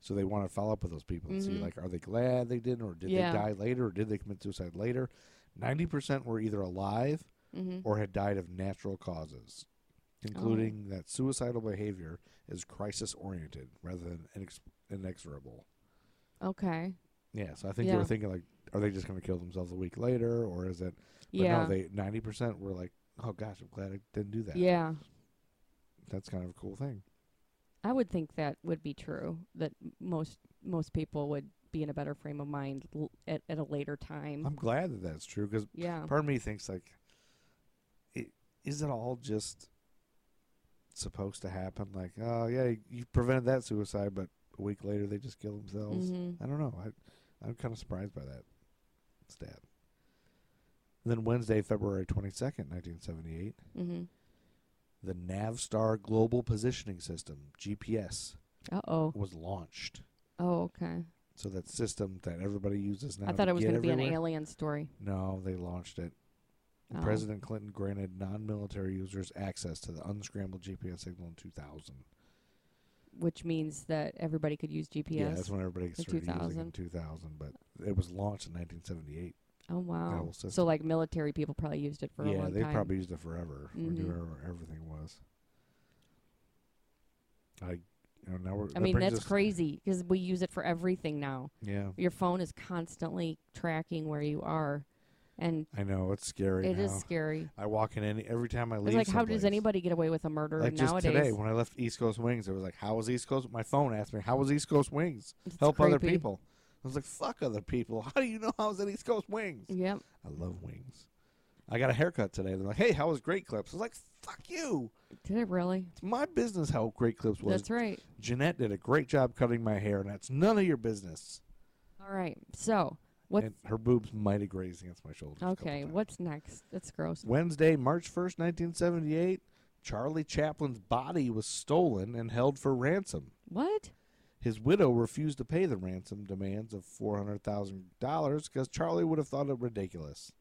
D: So they want to follow up with those people and see
C: Mhm.
D: like, are they glad they didn't, or did
C: Yeah.
D: they die later, or did they commit suicide later? 90% were either alive
C: Mm-hmm.
D: or had died of natural causes,
C: Oh.
D: concluding that suicidal behavior is crisis oriented rather than inex- inexorable.
C: Okay.
D: Yeah, so I think they
C: Yeah.
D: were thinking like, are they just going to kill themselves a week later, or is it? But
C: yeah.
D: no, they 90% were like, oh gosh, I'm glad I didn't do that.
C: yeah.
D: that's kind of a cool thing.
C: I would think that would be true. That m- most most people would be in a better frame of mind l- at at a later time.
D: I'm glad that that's true because
C: yeah.
D: part of me thinks like, it, is it all just supposed to happen? Like, oh yeah, you prevented that suicide, but a week later they just kill themselves.
C: Mhm.
D: I don't know. I, I'm kind of surprised by that stat. And then Wednesday, February 22nd, 1978,
C: Mhm.
D: the Navstar Global Positioning System, GPS,
C: Uh oh.
D: was launched.
C: Oh okay.
D: So that system that everybody uses now.
C: I thought
D: to
C: it was
D: going
C: going
D: to
C: to be an
D: everywhere-
C: alien story.
D: No, they launched it. And
C: Oh.
D: President Clinton granted non-military users access to the unscrambled GPS signal in 2000.
C: which means that everybody could use GPS.
D: Yeah, that's when everybody started using it in
C: 2000.
D: 2000, but it was launched in 1978.
C: oh wow!
D: whole
C: So
D: system.
C: like military people probably used it for a
D: yeah,
C: long
D: they
C: time.
D: probably used it forever. or
C: Mhm.
D: knew where everything was. I, you know, now we're.
C: I
D: that
C: mean,
D: brings
C: that's
D: us-
C: crazy because we use it for everything now.
D: Yeah,
C: Your phone is constantly tracking where you are, and
D: I know it's scary.
C: it is
D: now.
C: scary.
D: I walk in any every time I leave.
C: It's like, how does
D: someplace-
C: anybody get away with a murder
D: Like just
C: nowadays?
D: today, when I left East Coast Wings, it was like, "How was East Coast?" My phone asked me, "How was East Coast Wings?"
C: It's
D: Help other
C: creepy.
D: people. I was like, "Fuck other people." How do you know I was at East Coast Wings?
C: Yep.
D: I love wings. I got a haircut today. They're like, "Hey, how was Great Clips?" I was like, "Fuck you."
C: Did it really?
D: It's my business how Great Clips was.
C: That's right.
D: Jeanette did a great job cutting my hair, and that's none of your business.
C: All right. So what's
D: And her boobs might have grazed against my shoulders. a couple
C: okay?
D: times.
C: What's next? That's gross.
D: Wednesday, March 1st, 1978, Charlie Chaplin's body was stolen and held for ransom.
C: What?
D: His widow refused to pay the ransom demands of $400,000 because Charlie would have thought it ridiculous.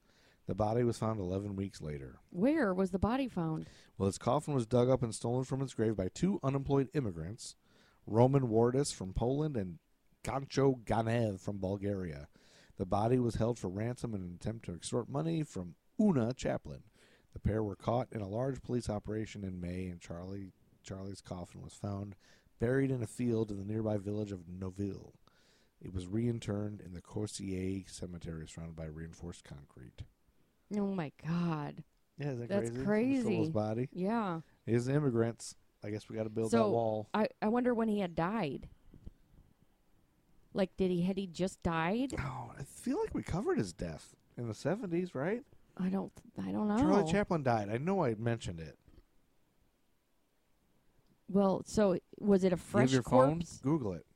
D: The body was found 11 weeks later.
C: Where was the body found?
D: Well, his coffin was dug up and stolen from its grave by two unemployed immigrants, Roman Wardis from Poland and Gancho Ganev from Bulgaria. The body was held for ransom in an attempt to extort money from Una Chaplin. The pair were caught in a large police operation in May, and Charlie Charlie's coffin was found buried in a field in the nearby village of Noville. It was reinterred in the Corsier Cemetery, surrounded by reinforced concrete.
C: Oh my God!
D: Yeah, is that
C: That's
D: crazy? Stole his
C: crazy.
D: body.
C: Yeah.
D: Is immigrants. I guess we got to build that
C: So-
D: wall.
C: I, I wonder when he had died. Like, did he had he just died?
D: Oh, I feel like we covered his death in the seventies, right?
C: I don't I don't know.
D: Charlie Chaplin died. I know I mentioned it.
C: well, so was it a
D: You have
C: fresh
D: your
C: corpse?
D: phone. Google it.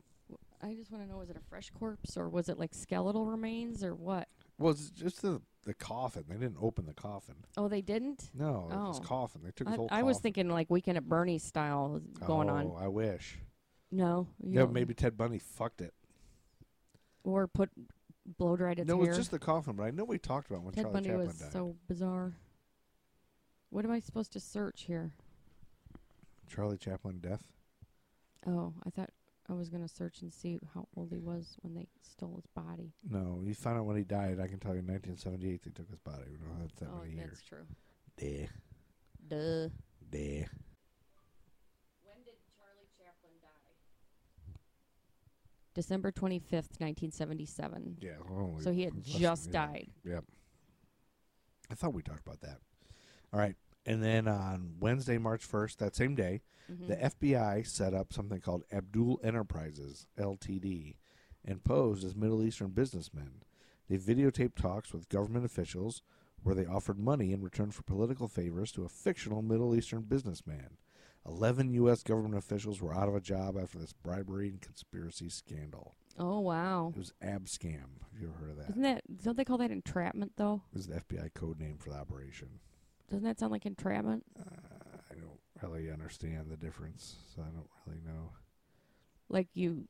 C: I just want to know: was it a fresh corpse or was it like skeletal remains or what?
D: Well, it's just the the coffin. They didn't open the coffin.
C: Oh, they didn't.
D: No, it was
C: Oh.
D: his coffin. They took his
C: I,
D: whole.
C: I was
D: coffin.
C: thinking like Weekend at Bernie's style going on.
D: Oh, I wish.
C: No, you
D: Yeah,
C: don't-
D: maybe Ted Bundy fucked it.
C: or put blow dried its
D: no, it
C: hair.
D: was just the coffin. But I know we talked about when
C: Ted
D: Charlie
C: Bundy
D: Chaplin
C: was
D: died.
C: so bizarre. What am I supposed to search here?
D: Charlie Chaplin death.
C: Oh, I thought I was gonna search and see how old he was when they stole his body.
D: No, you found out when he died. I can tell you, in 1978 they took his body. We don't have that
C: oh,
D: many years.
C: that's true.
D: Duh,
C: Duh.
D: duh.
C: December 25th, 1977.
D: Yeah. only
C: So he had
D: less than
C: just
D: year.
C: died.
D: I thought we talked about that. All right. And then on Wednesday, March 1st, that same day,
C: Mhm.
D: the FBI set up something called Abdul Enterprises, LTD, and posed as Middle Eastern businessmen. They videotaped talks with government officials where they offered money in return for political favors to a fictional Middle Eastern businessman. Eleven U.S. government officials were out of a job after this bribery and conspiracy scandal.
C: Oh wow!
D: It was abscam. Have you ever heard of that?
C: Isn't that don't they call that entrapment though?
D: It was the FBI code name for the operation. Uh,
C: Doesn't that sound like entrapment?
D: I don't really understand the difference, so I don't really know.
C: Like you,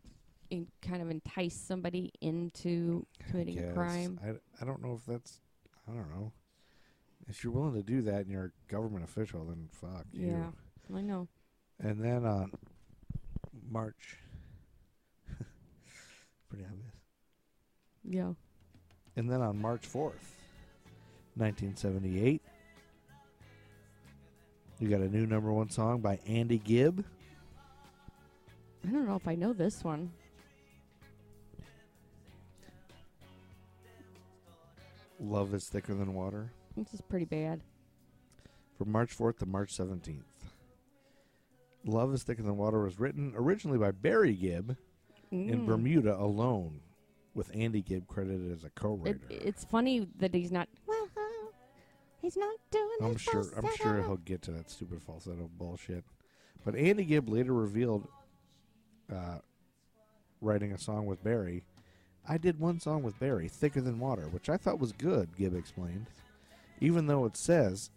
C: in, kind of entice somebody into committing a
D: guess.
C: crime.
D: I, I don't know if that's I don't know. If you're willing to do that and you're a government official, then fuck you.
C: Yeah. I know.
D: And then on March, pretty obvious.
C: Yeah.
D: And then on March 4th, 1978, you got a new number one song by Andy Gibb.
C: I don't know if I know this one.
D: Love is Thicker Than Water.
C: This is pretty bad.
D: From March 4th to March 17th. Love is Thicker Than Water was written originally by Barry Gibb in
C: Mm.
D: Bermuda alone, with Andy Gibb credited as a co
C: It,
D: writer.
C: it's funny that he's not. Well, uh, he's not doing.
D: I'm
C: his
D: sure. I'm sure
C: falsetto.
D: he'll get to that stupid falsetto bullshit. But Andy Gibb later revealed, uh, writing a song with Barry. I did one song with Barry, "Thicker Than Water," which I thought was good. Gibb explained, even though it says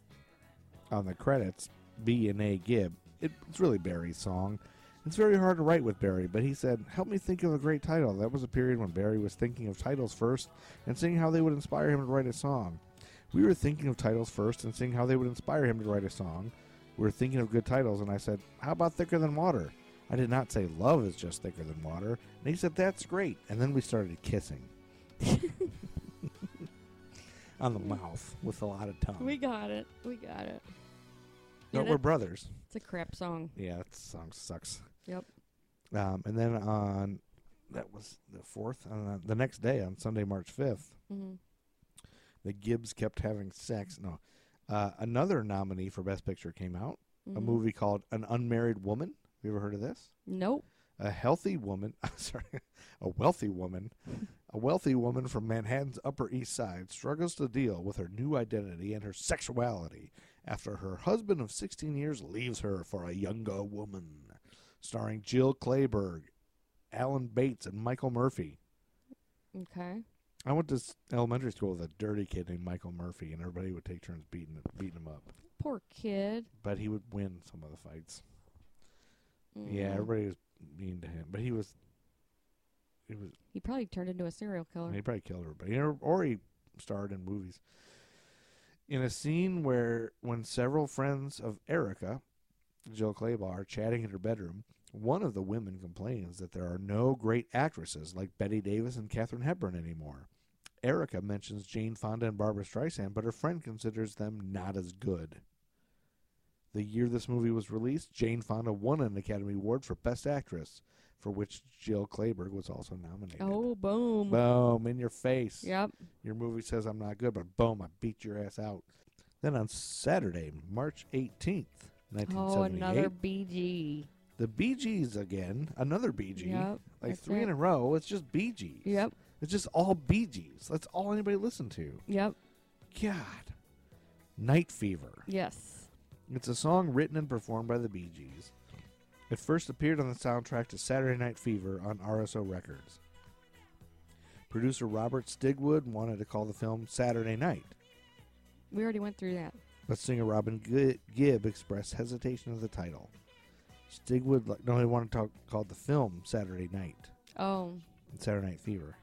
D: on the credits B and A Gibb, it, it's really Barry's song. It's very hard to write with Barry, but he said, "Help me think of a great title." That was a period when Barry was thinking of titles first and seeing how they would inspire him to write a song. We were thinking of titles first and seeing how they would inspire him to write a song. We were thinking of good titles, and I said, How about Thicker Than Water? I did not say love is just thicker than water. And he said, That's great. And then we started kissing. On the mouth with a lot of tongue.
C: We got it. We got it.
D: no,
C: Yeah,
D: we're
C: that-
D: brothers.
C: It's a crap song.
D: Yeah, that song sucks.
C: Yep.
D: Um, and then on, that was the fourth, uh, the next day on Sunday, March 5th,
C: hmm
D: the Gibbs kept having sex. No. Uh, another nominee for Best Picture came out.
C: Mm. Mm-hmm.
D: a movie called An Unmarried Woman. Have you ever heard of this?
C: Nope.
D: A healthy woman, sorry, a wealthy woman, a wealthy woman from Manhattan's Upper East Side struggles to deal with her new identity and her sexuality after her husband of 16 years leaves her for a younger woman. Starring Jill Clayburgh, Alan Bates, and Michael Murphy.
C: Okay.
D: I went to s- elementary school with a dirty kid named Michael Murphy, and everybody would take turns beating beating him up.
C: Poor kid.
D: But he would win some of the fights.
C: Mm. Mm-hmm.
D: Yeah, everybody was mean to him, but he was. He was.
C: He probably turned into a serial killer.
D: He probably killed everybody, or, or he starred in movies. In a scene where, when several friends of Erica, Jill Claybar, are chatting in her bedroom, one of the women complains that there are no great actresses like Betty Davis and Katherine Hepburn anymore. Erica mentions Jane Fonda and Barbara Streisand, but her friend considers them not as good. The year this movie was released, Jane Fonda won an Academy Award for Best Actress, for which Jill Clayburgh was also nominated.
C: Oh, boom.
D: Boom, in your face.
C: Yep.
D: Your movie says I'm not good, but boom, I beat your ass out. Then on Saturday, March 18th, 1978,
C: Oh, another BG.
D: the Bee Gees again, another Bee Gee.
C: Yep,
D: like
C: that's
D: three in
C: it.
D: a row. It's just Bee Gees.
C: Yep.
D: It's just all Bee Gees. That's all anybody listened to.
C: Yep.
D: God. Night Fever.
C: Yes.
D: It's a song written and performed by the Bee Gees. It first appeared on the soundtrack to Saturday Night Fever on RSO Records. Producer Robert Stigwood wanted to call the film Saturday Night,
C: We already went through that.
D: but singer Robin Gi- Gibb expressed hesitation of the title. Stigwood like no, he wanted to talk, call the film Saturday Night,
C: Oh.
D: Saturday Night Fever,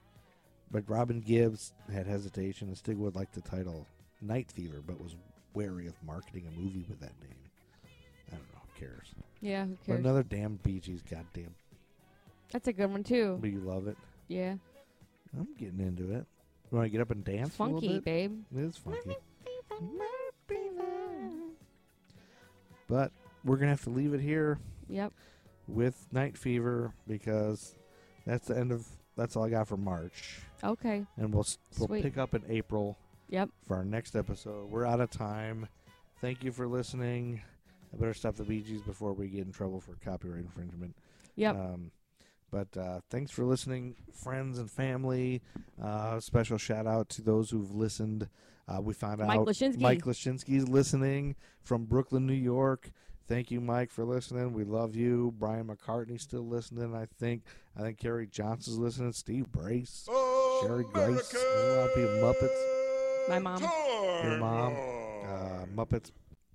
D: but Robin Gibbs had hesitation, and Stigwood liked the title Night Fever, but was wary of marketing a movie with that name. I don't know. Who cares?
C: Yeah. Who
D: But
C: cares?
D: another damn Bee Gees, goddamn.
C: That's a good one too.
D: Do you love it?
C: Yeah.
D: I'm getting into it. You want to get up and dance? a little
C: Funky,
D: bit?
C: babe.
D: It is funky. But we're gonna have to leave it here
C: Yep.
D: with Night Fever because that's the end of. That's all I got for March,
C: Okay.
D: and we'll s- we'll
C: Sweet.
D: pick up in April
C: Yep.
D: for our next episode. We're out of time. Thank you for listening. I better stop the Bee Gees before we get in trouble for copyright infringement.
C: Yep.
D: Um, but uh, thanks for listening, friends and family. Uh, special shout out to those who've listened. Uh, we found
C: Mike
D: out
C: Lashinsky.
D: Mike Lashinsky's listening from Brooklyn, New York. Thank you, Mike, for listening. We love you. Brian McCartney's still listening, I think. I think Kerry Johnson's listening. Steve Brace. Sherry Grace. There's a lot of people. Muppets.
C: My mom.
D: Your mom. Uh, Muppets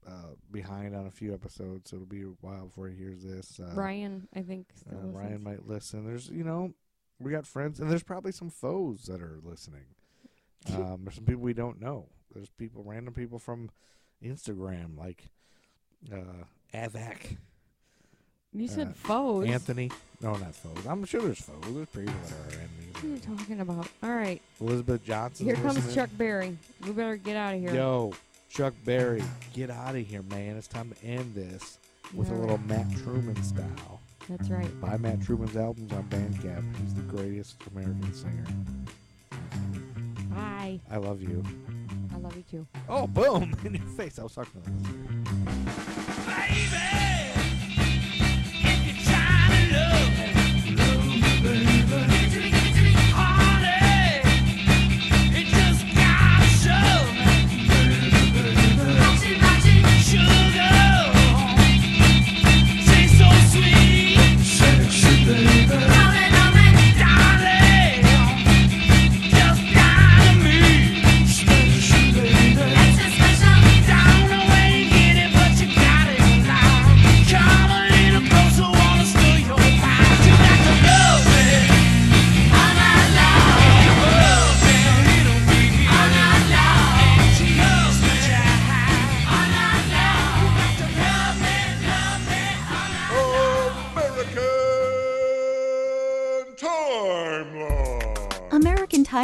D: uh, behind on a few episodes, so it'll be a while before he hears this. Uh,
C: Brian, I think.
D: Uh,
C: Still
D: Ryan
C: listens.
D: might listen. There's, you know, we got friends, and there's probably some foes that are listening. Um, there's some people we don't know. There's people, random people from Instagram, like uh, Avac,
C: You said
D: uh,
C: foes.
D: Anthony. No, not foes. I'm sure there's foes. There's people that are
C: What are you
D: enemies.
C: talking about? All right.
D: Elizabeth Johnson.
C: Here comes Chuck Berry. We better get out of here.
D: Yo, Chuck Berry, get out of here, man. It's time to end this with a
C: All
D: little Matt Truman style.
C: right. That's right.
D: Buy Matt Truman's albums on Bandcamp. He's the greatest American singer.
C: Bye.
D: I love you.
C: I love you too.
D: Oh, boom! In your face. I was talking to this.
B: Baby. Down the way, get it, but you got it alive. Come a little closer, wanna steal your pride. You got to love me, I'm not lying. Love me, little baby, I'm not lying. She loves me, I'm not lying. You got to love me, love me, I'm not lying.
E: American Time Lord.
A: American